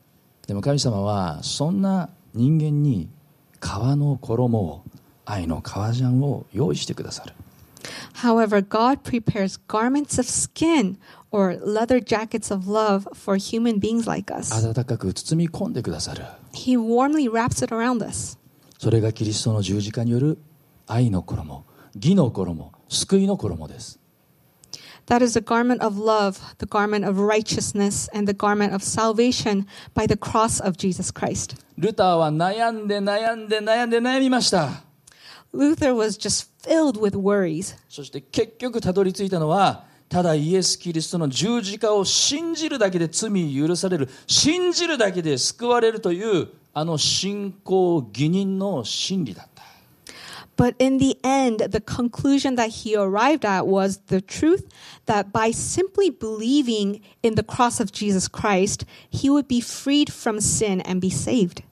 [SPEAKER 1] でも神様はそんな人間に皮の衣を愛の革ジャンを用意してくださる
[SPEAKER 2] However, God prepares garments of skin or leather jackets of love for human beings like us.
[SPEAKER 1] 温かく包み込んでくださる
[SPEAKER 2] He warmly wraps it around us.
[SPEAKER 1] それがキリストの十字架による愛の衣義の衣救いの衣です
[SPEAKER 2] That is the garment of love, the garment of righteousness, and the garment of salvation by the cross of Jesus Christ.
[SPEAKER 1] ルターは悩んで悩んで悩んで悩みました
[SPEAKER 2] Luther was just filled with worries.
[SPEAKER 1] そして結局たどり着いたのはただイエス・キリストの十字架を信じるだけで罪許される信じるだけで救われるというあの信仰義人の真理だった
[SPEAKER 2] But in the end, the conclusion that he arrived at was the truth that by simply believing in the cross of Jesus Christ, he would be freed from sin and be saved.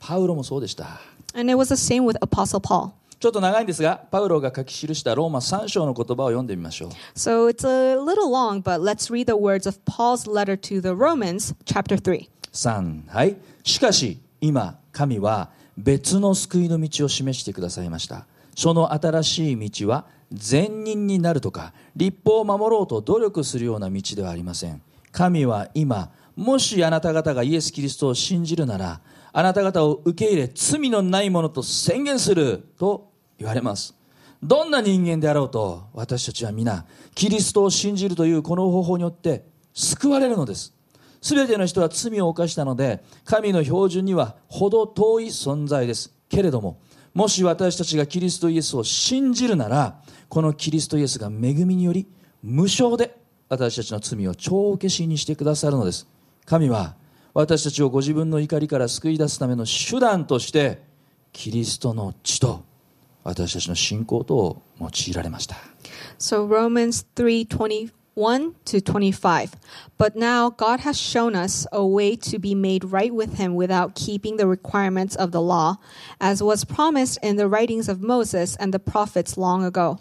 [SPEAKER 1] パウロもそうでした。
[SPEAKER 2] And it was the same with Apostle Paul.
[SPEAKER 1] ちょっと長いんですが、パウロが書き記したローマ3章の言葉を読んでみましょう。
[SPEAKER 2] So it's a little long, but let's read the words of Paul's letter to the Romans, chapter 3.
[SPEAKER 1] 3、はい。しかし、今、神は別の救いの道を示してくださいました。その新しい道は、善人になるとか、立法を守ろうと努力するような道ではありません。神は今、もしあなた方がイエス・キリストを信じるなら、あなた方を受け入れ、罪のないものと宣言すると言われます。どんな人間であろうと、私たちは皆、キリストを信じるというこの方法によって救われるのです。すべての人は罪を犯したので、神の標準にはほど遠い存在です。けれども、もし私たちがキリストイエスを信じるなら、このキリストイエスが恵みにより、無償で私たちの罪を帳消しにしてくださるのです。神は、私たちをご自分の怒りから救い出すための手段として、キリストの血と私たちの信仰とを用いられました。
[SPEAKER 2] So Romans 3:20 1 to 25. But now God has shown us a way to be made right with Him without keeping the requirements of the law, as was promised in the writings of Moses and the prophets long ago.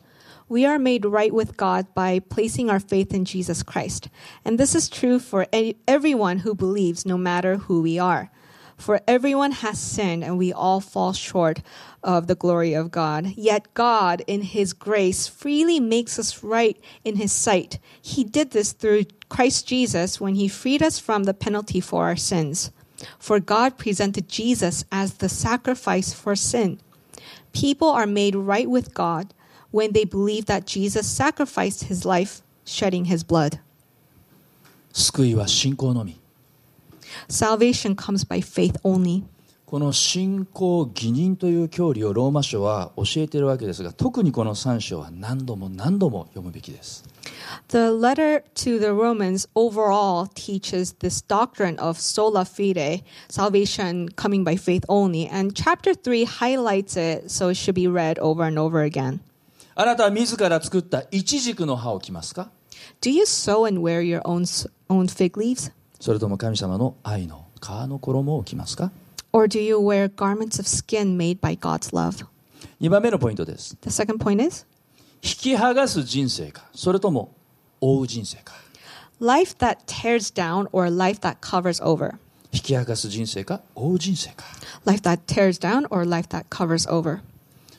[SPEAKER 2] We are made right with God by placing our faith in Jesus Christ. And this is true for any, everyone who believes, no matter who we are. For everyone has sinned, and we all fall short of the glory of God. Yet God, in His grace, freely makes us right in His sight. He did this through Christ Jesus when He freed us from the penalty for our sins. For God presented Jesus as the sacrifice for sin. People are made right with God when they believe that Jesus sacrificed His life, shedding His blood.
[SPEAKER 1] 救いは信仰のみ
[SPEAKER 2] Salvation comes by faith only.
[SPEAKER 1] この信仰義人という教理をローマ書は教えているわけですが特にこの3章は何度も何度も読むべきです
[SPEAKER 2] The letter to the Romans overall teaches this doctrine of sola fide, salvation coming by faith only, and chapter 3 highlights it so it should be read over and over again.
[SPEAKER 1] あなたは自ら作ったイチジクの葉を着ますか
[SPEAKER 2] Do you sew and wear your own, own fig leaves?
[SPEAKER 1] それとも神様の愛の皮の衣を着ますか
[SPEAKER 2] Or do you wear garments of skin made by God's love?
[SPEAKER 1] 2番目のポイントです
[SPEAKER 2] The second point is
[SPEAKER 1] 引き剥がす人生かそれとも追う人生か
[SPEAKER 2] life that tears down or life that covers over.
[SPEAKER 1] 引き剥がす人生か追う人生か
[SPEAKER 2] Life that tears down or life that covers over.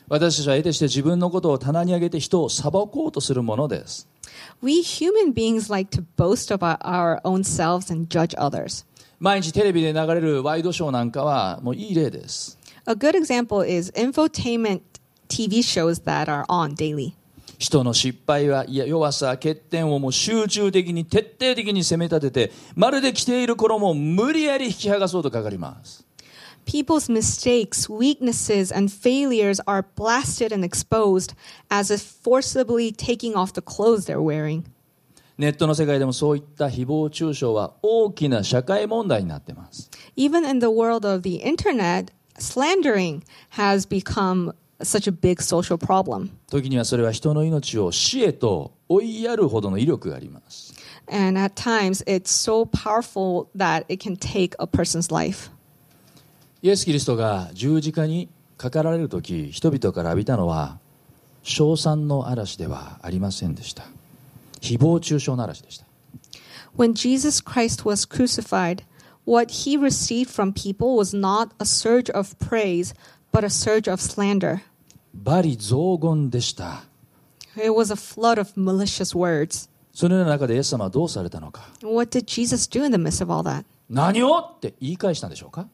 [SPEAKER 1] 私たちは得てして自分のことを棚に上げて人を裁こうとするものです
[SPEAKER 2] We human beings like to boast about our own selves and judge others.
[SPEAKER 1] 毎日テレビで流れるワイドショーなんかはもういい例です
[SPEAKER 2] A good example is infotainment TV shows that are on daily.
[SPEAKER 1] 人の失敗はいや弱さ欠点をもう集中的に徹底的に責め立ててまるで着ている衣を無理やり引き剥がそうとかかります
[SPEAKER 2] People's mistakes, weaknesses, and failures are blasted and exposed as if forcibly taking off the clothes they're wearing.
[SPEAKER 1] ネットの世界でもそういった誹謗中傷は大きな社会問題になってます
[SPEAKER 2] Even in the world of the internet, slandering has become such a big social problem.
[SPEAKER 1] 時にはそれは人の命を死へと追いやるほどの威力があります
[SPEAKER 2] And at times, it's so powerful that it can take a person's life.
[SPEAKER 1] イエス・キリストが十字架にかかられる時人々から浴びたのは称賛の嵐ではありませんでした誹謗中傷の嵐でした
[SPEAKER 2] When Jesus Christ was crucified, what he received from people was not a surge of praise, but a surge of slander.
[SPEAKER 1] 罵詈雑言でした
[SPEAKER 2] It was a flood of malicious words.
[SPEAKER 1] そのような中でイエス様はどうされたのか
[SPEAKER 2] What did Jesus do in the midst of all that?
[SPEAKER 1] 何をって言い返したんでしょうか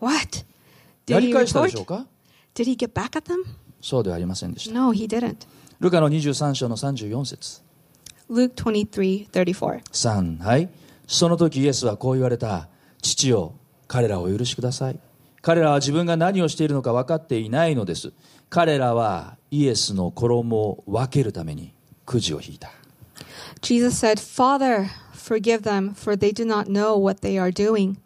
[SPEAKER 2] What?
[SPEAKER 1] や
[SPEAKER 2] Did
[SPEAKER 1] り
[SPEAKER 2] he,
[SPEAKER 1] 返したでしょう
[SPEAKER 2] retort?
[SPEAKER 1] か
[SPEAKER 2] did he get back at them?
[SPEAKER 1] そうではありませんでした
[SPEAKER 2] No, he didn't.
[SPEAKER 1] ルカの23章の34節
[SPEAKER 2] Luke 23 34.
[SPEAKER 1] 3はいその時イエスはこう言われた父よ彼らをお許しください彼らは自分が何をしているのか分かっていないのです彼らはイエスの衣を分けるためにくじを引いた
[SPEAKER 2] Jesus said, Father, forgive them, for they do not know what they are doing.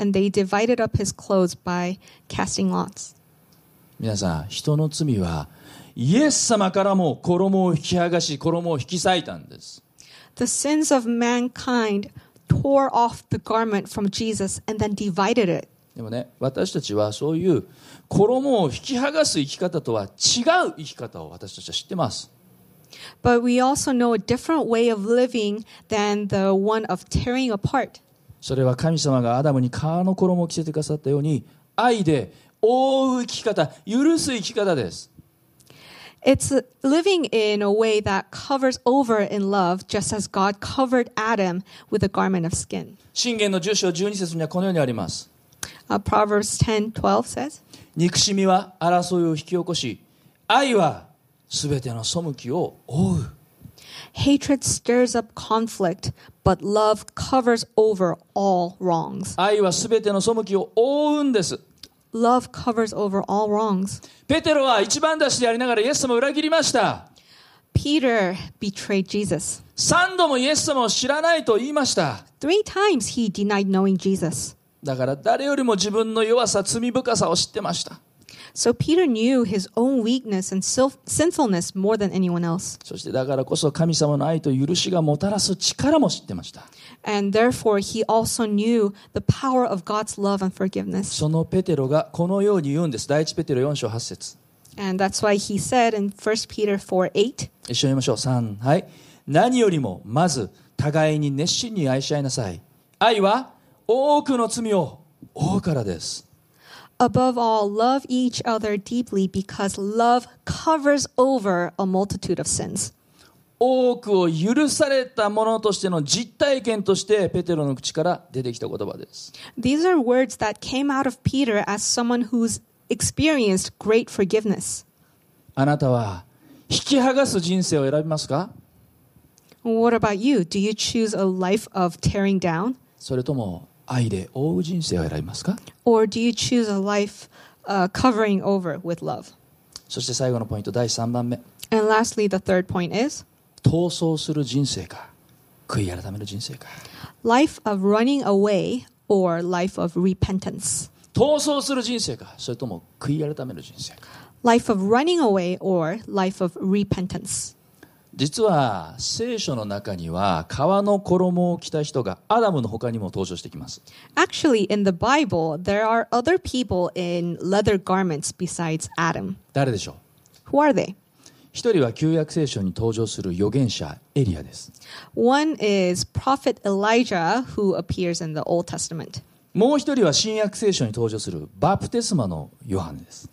[SPEAKER 2] And they divided up his clothes by casting lots.
[SPEAKER 1] 皆さん人の罪はイエス様からも衣を引き剥がし衣を引き裂いたんです
[SPEAKER 2] The sins of mankind tore off the garment from Jesus and then divided it.
[SPEAKER 1] でもね私たちはそういう衣を引き剥がす生き方とは違う生き方を私たちは知ってます
[SPEAKER 2] But we also know a different way of living than the one of tearing apart.
[SPEAKER 1] それは神様がアダムに皮の衣を着せてくださったように愛で覆う生き方許す生き方です
[SPEAKER 2] It's living in a way that covers over in love, just as God covered Adam with a garment of skin.
[SPEAKER 1] 信玄の10章12節にはこのようにあります
[SPEAKER 2] Uh, Proverbs 10 12 says,
[SPEAKER 1] 憎しみは争いを引き起こし愛は全ての背きを覆う
[SPEAKER 2] Hatred stirs up conflict, but love covers over all wrongs.
[SPEAKER 1] 愛は全ての背きを覆うんです
[SPEAKER 2] Love covers over all wrongs.
[SPEAKER 1] ペテロは一番弟子でありながらイエス様を裏切りました
[SPEAKER 2] Peter betrayed Jesus.
[SPEAKER 1] 三度もイエス様を知らないと言いました
[SPEAKER 2] Three times he denied knowing Jesus.
[SPEAKER 1] だから誰よりも自分の弱さ罪深さを知ってました
[SPEAKER 2] So Peter knew his own weakness and self- sinfulness more than anyone else.
[SPEAKER 1] そしてだからこそ神様の愛と許しがもたらす力も知ってました
[SPEAKER 2] And therefore, he also knew the power of God's love and forgiveness.
[SPEAKER 1] そのペテロがこのように言うんです第一ペテロ4章8節
[SPEAKER 2] And that's why he said in 1 Peter 4 8,
[SPEAKER 1] 一緒に言いましょう3はい何よりもまず互いに熱心に愛し合いなさい愛は多くの罪を負うからです
[SPEAKER 2] Above all, love each other deeply because love covers over a multitude of sins.
[SPEAKER 1] 多くを許されたものとしての実体験としてペテロの口から出てきた言葉です
[SPEAKER 2] These are words that came out of Peter as someone who's experienced great forgiveness.
[SPEAKER 1] あなたは引き剥がす人生を選びますか
[SPEAKER 2] What about you? Do you choose a life of tearing down?
[SPEAKER 1] それとも愛で覆う人生を選びますか
[SPEAKER 2] Or do you choose a life uh, covering over with love?
[SPEAKER 1] そして最後のポイント第3番目
[SPEAKER 2] And lastly, the third point is
[SPEAKER 1] 逃走する人生か悔い改める人生か
[SPEAKER 2] life of running away or life of repentance.
[SPEAKER 1] 逃走する人生かそれとも悔い改める人生か
[SPEAKER 2] Life of running away or life of repentance.
[SPEAKER 1] 実は聖書の中には革の衣を着た人がアダムの他にも登場してきます
[SPEAKER 2] Actually, in the Bible, there are other people in leather garments besides Adam.
[SPEAKER 1] 誰でしょう
[SPEAKER 2] Who are they?
[SPEAKER 1] 一人は旧約聖書に登場する預言者エリアです
[SPEAKER 2] One is Prophet Elijah, who appears in the Old Testament.
[SPEAKER 1] もう一人は新約聖書に登場するバプテスマのヨハネです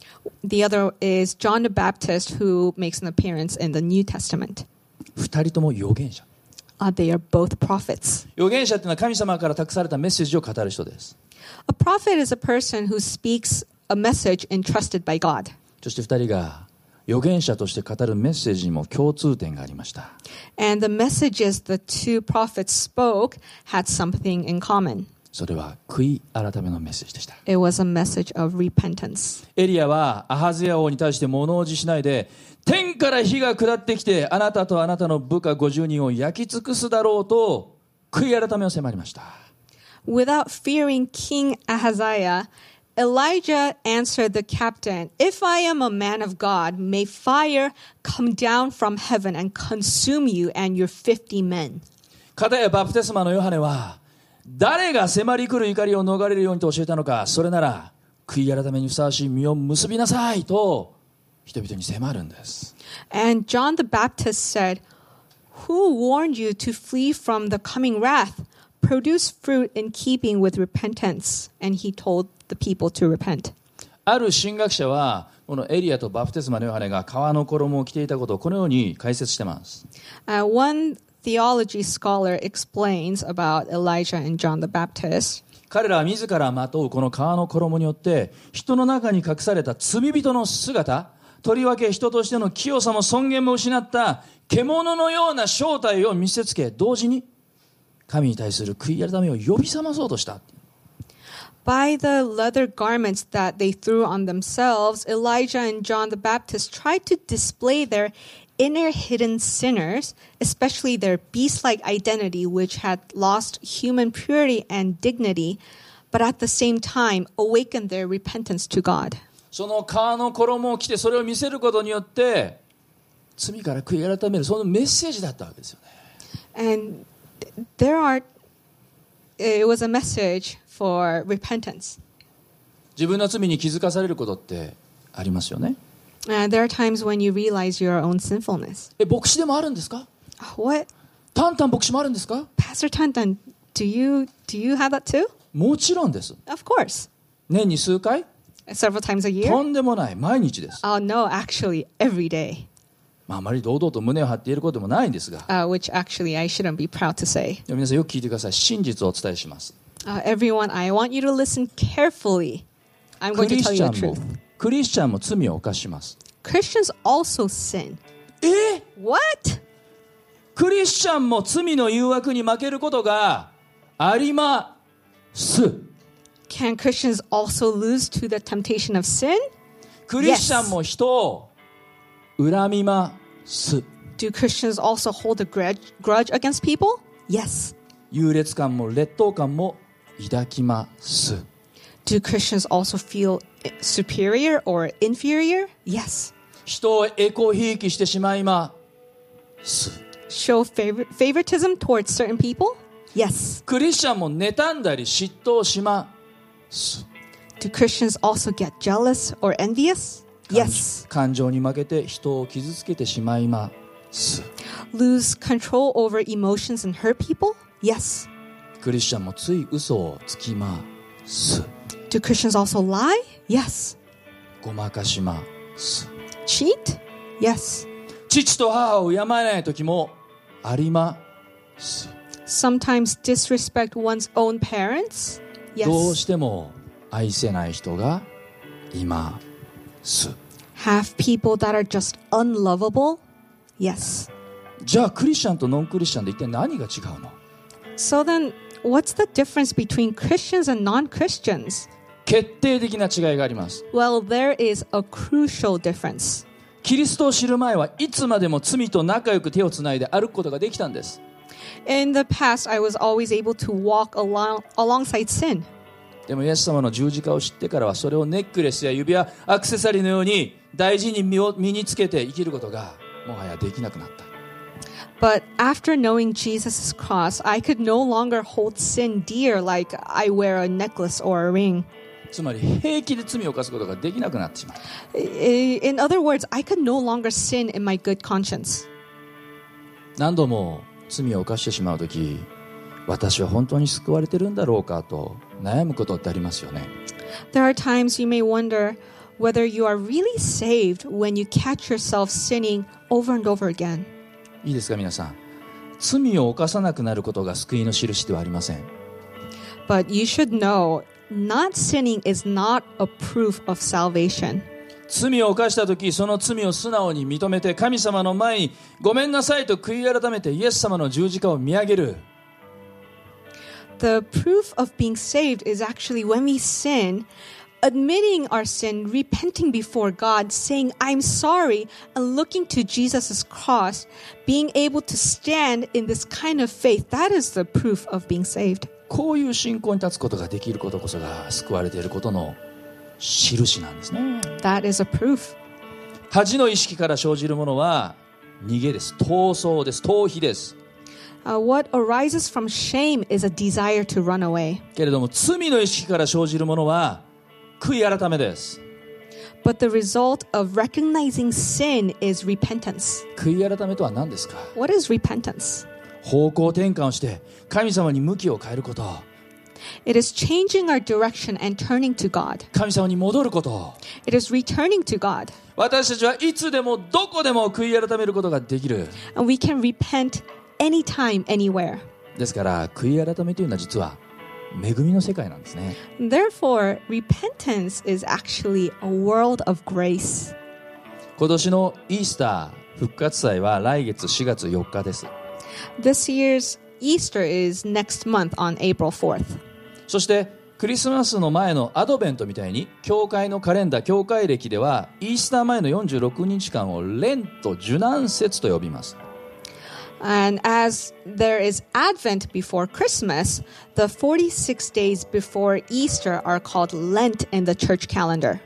[SPEAKER 2] The other is John the Baptist, who makes an appearance in the New Testament.
[SPEAKER 1] 二人とも預言者
[SPEAKER 2] Uh, they are both prophets.
[SPEAKER 1] 預言者っていうのは神様から託されたメッセージを語る人です
[SPEAKER 2] A prophet is a person who speaks a message entrusted by God.
[SPEAKER 1] そして二人が預言者として語るメッセージにも共通点がありました
[SPEAKER 2] And the messages the two prophets spoke had something in common.
[SPEAKER 1] それは悔い改めのメッセージでした
[SPEAKER 2] It was a message of repentance.
[SPEAKER 1] エリアはアハゼヤ王に対して物おじしないで天から火が下ってきてあなたとあなたの部下50人を焼き尽くすだろうと悔い改めを迫りました
[SPEAKER 2] Without fearing King Ahaziah, Elijah answered the captain, If I am a man of God, may fire come down from heaven and consume you and your 50 men.
[SPEAKER 1] 片やバプテスマのヨハネは誰が迫り来る怒りを逃れるようにと教えたのかそれなら悔い改めにふさわしい身を結びなさいと人々に迫るんです
[SPEAKER 2] And John the Baptist said, Who warned you to flee from the coming wrath? Produce fruit in keeping with repentance. And he told the people to repent.
[SPEAKER 1] ある神学者はこのエリアとバプテスマのヨハネが革の衣を着ていたことをこのように解説してます
[SPEAKER 2] Uh, one theology scholar explains about Elijah and John the Baptist.
[SPEAKER 1] 彼らは自らまとうこの皮の衣によって人の中に隠された罪人の姿とりわけ人としての清さも尊厳も失った獣のような正体を見せつけ同時に神に対する悔い改めを呼び覚まそうとした
[SPEAKER 2] By the leather garments that they threw on themselves, Elijah and John the Baptist tried to display their inner hidden sinners, especially their beast like identity, which had lost human purity and dignity, but at the same time awakened their repentance to God.
[SPEAKER 1] その皮の衣を着てそれを見せることによって罪から悔い改めるそのメッセージだったわけですよね
[SPEAKER 2] And th- there are, it was a message for repentance.
[SPEAKER 1] 自分の罪に気づかされることってありますよね
[SPEAKER 2] Uh, there are times when you realize your own sinfulness.
[SPEAKER 1] え牧師でもあるんですか
[SPEAKER 2] What?
[SPEAKER 1] タンタン牧師もあるんですか
[SPEAKER 2] Pastor Tantan, do you do you have that too?
[SPEAKER 1] もちろんです
[SPEAKER 2] Of course.
[SPEAKER 1] 年に数回
[SPEAKER 2] Several times a year?
[SPEAKER 1] とんでもない毎日です、
[SPEAKER 2] Oh no, actually every day.
[SPEAKER 1] まあ、あまり堂々と胸を張っていることでもないんですが
[SPEAKER 2] Uh, which actually I shouldn't be proud to say.
[SPEAKER 1] でも皆さんよく聞いてください真実をお伝えします
[SPEAKER 2] Uh, everyone, I want you to listen carefully. I'm
[SPEAKER 1] ク
[SPEAKER 2] going
[SPEAKER 1] リ
[SPEAKER 2] to
[SPEAKER 1] ス
[SPEAKER 2] tell
[SPEAKER 1] チ
[SPEAKER 2] you
[SPEAKER 1] ャ
[SPEAKER 2] the
[SPEAKER 1] ンも
[SPEAKER 2] truth.
[SPEAKER 1] クリスチャンも罪を犯します
[SPEAKER 2] Christians also sin. Eh? What?
[SPEAKER 1] クリスチャンも罪の誘惑に負けることがあります
[SPEAKER 2] Can Christians also lose to the temptation of sin?
[SPEAKER 1] クリスチャンも人を恨みます
[SPEAKER 2] Do Christians also hold a grudge, grudge against people? Yes.
[SPEAKER 1] 優劣感も劣等感も抱きます
[SPEAKER 2] Do Christians also feel superior or inferior? Yes.
[SPEAKER 1] 人をエコひいきしてしまいます
[SPEAKER 2] Show favor- favoritism towards certain people? Yes.
[SPEAKER 1] クリスチャンも妬んだり嫉妬しま
[SPEAKER 2] Do Christians also get jealous or envious?
[SPEAKER 1] す
[SPEAKER 2] Yes.
[SPEAKER 1] 感情に負けて人を傷つけてしまいます
[SPEAKER 2] Lose control over emotions and hurt people? Yes.
[SPEAKER 1] クリスチャンもつい嘘をつきます
[SPEAKER 2] Do Christians also lie? Yes.
[SPEAKER 1] ごまかします
[SPEAKER 2] Cheat? Yes.
[SPEAKER 1] 父と母を敬えない時もあります
[SPEAKER 2] Sometimes disrespect one's own parents?
[SPEAKER 1] どうし
[SPEAKER 2] Yes.
[SPEAKER 1] ても愛せない人がいます
[SPEAKER 2] Have people that are just unlovable? Yes.
[SPEAKER 1] じゃあクリスチャンとノンクリスチャンで一体何が違うの
[SPEAKER 2] So then, what's the difference between Christians and non Christians?
[SPEAKER 1] 決定的な違いがあります
[SPEAKER 2] Well, there is a crucial difference.
[SPEAKER 1] キリストを知る前はいつまでも罪と仲良く手をつないで歩くことができたんです
[SPEAKER 2] In the past, I was always able to walk along, alongside sin.
[SPEAKER 1] でもイエス様の十字架を知ってからはそれをネックレスや指輪アクセサリーのように大事に身を身につけて生きることがもはやできなくなった
[SPEAKER 2] But after knowing Jesus' cross, I could no longer hold sin dear like I wear a necklace or a ring.
[SPEAKER 1] つまり平気で罪を犯すことができなくなってしまった
[SPEAKER 2] I- In other words, I could no longer sin in my good conscience.
[SPEAKER 1] 何度も罪を犯してしまう時私は本当に救われてるんだろうかと悩むことってありますよね
[SPEAKER 2] There are times you may wonder whether you are really saved when you catch yourself sinning over and over again.
[SPEAKER 1] いいですか皆さん罪を犯さなくなることが救いの印ではありません
[SPEAKER 2] But you should know not sinning is not a proof of salvation.
[SPEAKER 1] 罪を犯した時その罪を素直に認めて神様の前にごめんなさいと悔い改めてイエス様の十字架を見上げる
[SPEAKER 2] The proof of being saved is actually when we sin, admitting our sin, repenting before God, saying, I'm sorry, and looking to Jesus' cross, being able to stand in this kind of faith. That is the proof of being saved.
[SPEAKER 1] こういう信仰に立つことができることこそが救われていることの印なんですね
[SPEAKER 2] That is a proof.
[SPEAKER 1] 恥の意識から生じるものは逃げです逃走です逃避です
[SPEAKER 2] Uh, what arises from shame is a desire to run away.
[SPEAKER 1] けれども罪の意識から生じるものは悔い改めです。
[SPEAKER 2] But the result of recognizing sin is repentance.
[SPEAKER 1] 悔い改めとは何ですか
[SPEAKER 2] What is repentance?
[SPEAKER 1] 方向転換をして神様に向きを変えること、
[SPEAKER 2] It is changing our direction and turning to God.
[SPEAKER 1] 神様に戻ること、
[SPEAKER 2] It is returning to God.
[SPEAKER 1] 私たちはいつでもどこでも悔い改めることができる。
[SPEAKER 2] And we can repent anytime, anywhere.
[SPEAKER 1] ですから悔い改めというのは実は恵みの世界なんですね。
[SPEAKER 2] Therefore, repentance is actually a world of grace.
[SPEAKER 1] 今年のイースター復活祭は来月4月4日です。
[SPEAKER 2] This year's Easter is next month on April 4th.
[SPEAKER 1] そしてクリスマスの前のアドベントみたいに教会のカレンダー教会歴ではイースター前の46日間をレント受難節と呼びます
[SPEAKER 2] And as there is Advent before Christmas, the 46 days before Easter are called Lent in the church calendar.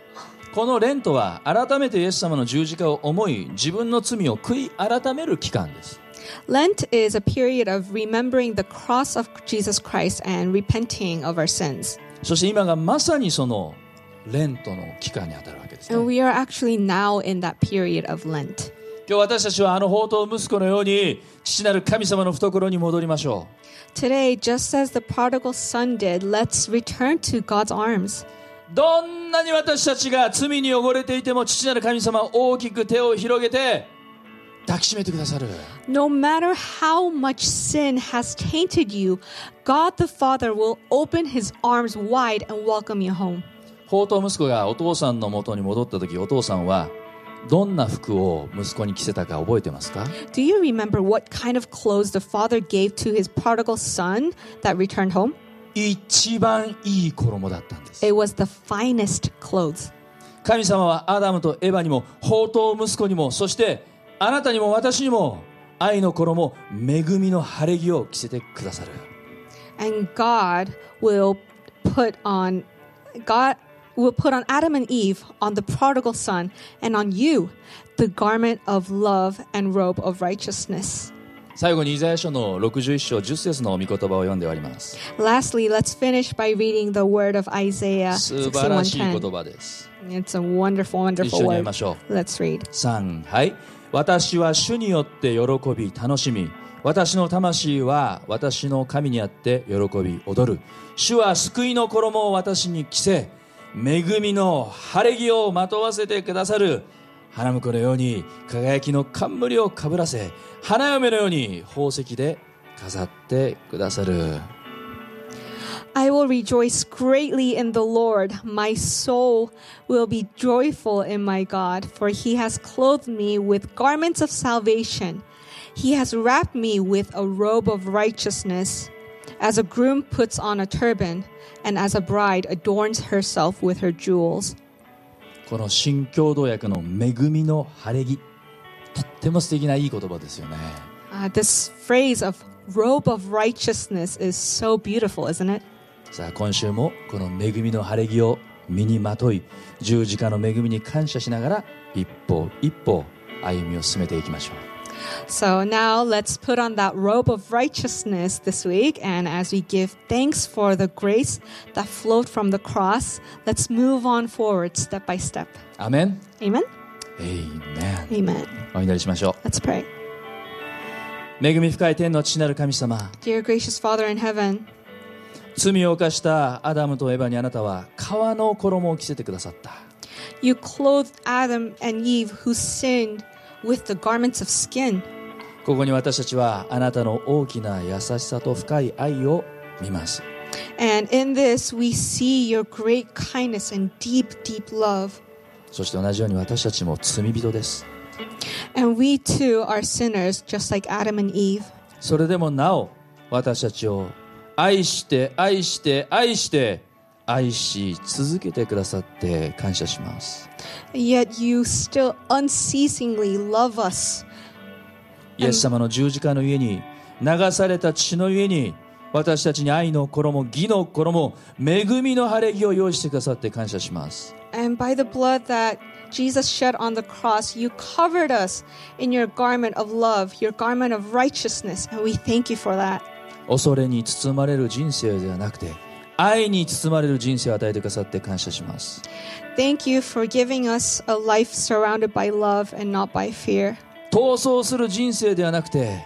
[SPEAKER 1] このレントは改めてイエス様の十字架を思い自分の罪を悔い改める期間です
[SPEAKER 2] Lent is a period of remembering the cross of Jesus Christ and repenting of our sins.
[SPEAKER 1] そして今がまさにそのレントの期間に当たるわけです、ね、
[SPEAKER 2] And
[SPEAKER 1] 今
[SPEAKER 2] we are actually now in that period of Lent.
[SPEAKER 1] 日私たちはあの宝刀息子のように父なる神様の懐に戻りましょう
[SPEAKER 2] Today, just as the prodigal son did, let's return to God's arms.
[SPEAKER 1] どんなに私たちが罪に汚れていても父なる神様は大きく手を広げて抱きしめてくださる
[SPEAKER 2] No matter how much sin has tainted you, God the Father will open his arms wide and welcome you home.
[SPEAKER 1] 宝刀息子がお父さんの元に戻った時お父さんはどんな服を息子に着せたか覚えてますか
[SPEAKER 2] Do you remember what kind of clothes the father gave to his prodigal son that returned home?
[SPEAKER 1] 一番いい衣だったんです
[SPEAKER 2] It was the finest clothes.
[SPEAKER 1] 神様はアダムとエヴァにも宝刀息子にもそしてあなたにも私にも愛の衣恵みの晴れ着を着せてくださる
[SPEAKER 2] And God will put on God will put on Adam and Eve, on the prodigal son, and on you the garment of love and robe of righteousness.
[SPEAKER 1] 最後にイザヤ書の61章10節の御言葉を読んで終わります。
[SPEAKER 2] Lastly, let's finish by reading the word of Isaiah
[SPEAKER 1] 素晴らしい言
[SPEAKER 2] 61:10.
[SPEAKER 1] 葉です。
[SPEAKER 2] It's a wonderful,
[SPEAKER 1] 一緒
[SPEAKER 2] wonderful
[SPEAKER 1] に読み
[SPEAKER 2] word.
[SPEAKER 1] ましょう。
[SPEAKER 2] Let's read.
[SPEAKER 1] 3はい私は主によって喜び楽しみ私の魂は私の神にあって喜び踊る主は救いの衣を私に着せ恵みの晴れ着をまとわせてくださる花婿のように輝きの冠をかぶらせ花嫁のように宝石で飾ってくださる
[SPEAKER 2] I will rejoice greatly in the Lord. My soul will be joyful in my God, for he has clothed me with garments of salvation. He has wrapped me with a robe of righteousness, as a groom puts on a turban, and as a bride adorns herself with her jewels.
[SPEAKER 1] この新共同訳の恵みの晴れ着とっても素敵ないい言葉ですよね
[SPEAKER 2] Uh, this phrase of robe of righteousness is so beautiful, isn't it?
[SPEAKER 1] さあ今週もこの恵みの晴れ着を身にまとい十字架の恵みに感謝しながら一歩一歩歩みを進めていきましょう
[SPEAKER 2] So now let's put on that robe of righteousness this week. And as we give thanks for the grace that flowed from the cross, let's move on forward step by step.
[SPEAKER 1] アメン
[SPEAKER 2] Amen.
[SPEAKER 1] エイメン
[SPEAKER 2] Amen.
[SPEAKER 1] お祈りしましょ
[SPEAKER 2] Let's pray.
[SPEAKER 1] う恵み深い天の父なる神様
[SPEAKER 2] Dear gracious Father in heaven,
[SPEAKER 1] 罪を犯したアダムとエバにあなたは革の衣を着せてくださった
[SPEAKER 2] you clothed Adam and Eve who sinned with the garments of skin.
[SPEAKER 1] ここに私たちはあなたの大きな優しさと深い愛を見ます
[SPEAKER 2] And in this, we see your great kindness and deep, deep love.
[SPEAKER 1] そして同じように私たちも罪人です
[SPEAKER 2] And we too are sinners, just like Adam and Eve.
[SPEAKER 1] それでもなお私たちを愛して愛して愛して愛し続けてくださって感謝します
[SPEAKER 2] Yet you still unceasingly love us.
[SPEAKER 1] イエス様の十字架の家に流された血の家に私たちに愛の衣義の衣恵みの晴れ着を用意してくださって感謝します
[SPEAKER 2] And by the blood that Jesus shed on the cross, you covered us in your garment of love, your garment of righteousness. And we thank you for that.
[SPEAKER 1] 恐れに包まれる人生ではなくて愛に包まれる人生を与えてくださって感謝します
[SPEAKER 2] Thank you for giving us a life surrounded by love and not by fear.
[SPEAKER 1] 逃走する人生ではなくて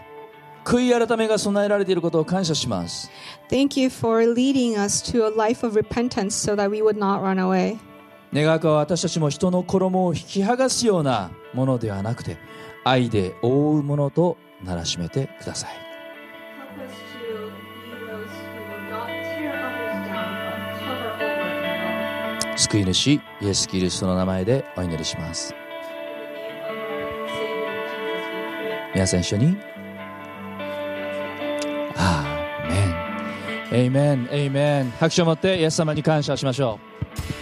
[SPEAKER 1] 悔い改めが備えられていることを感謝します
[SPEAKER 2] Thank you for leading us to a life of repentance so that we would not run away.
[SPEAKER 1] 願うかは私たちも人の衣を引き剥がすようなものではなくて愛で覆うものとならしめてください
[SPEAKER 2] Help us to be those who will not tear others down, but cover over in love.
[SPEAKER 1] 救い主イエス・キリストの名前でお祈りします皆さん一緒にアーメンエイメンエイメン拍手を持ってイエス様に感謝しましょう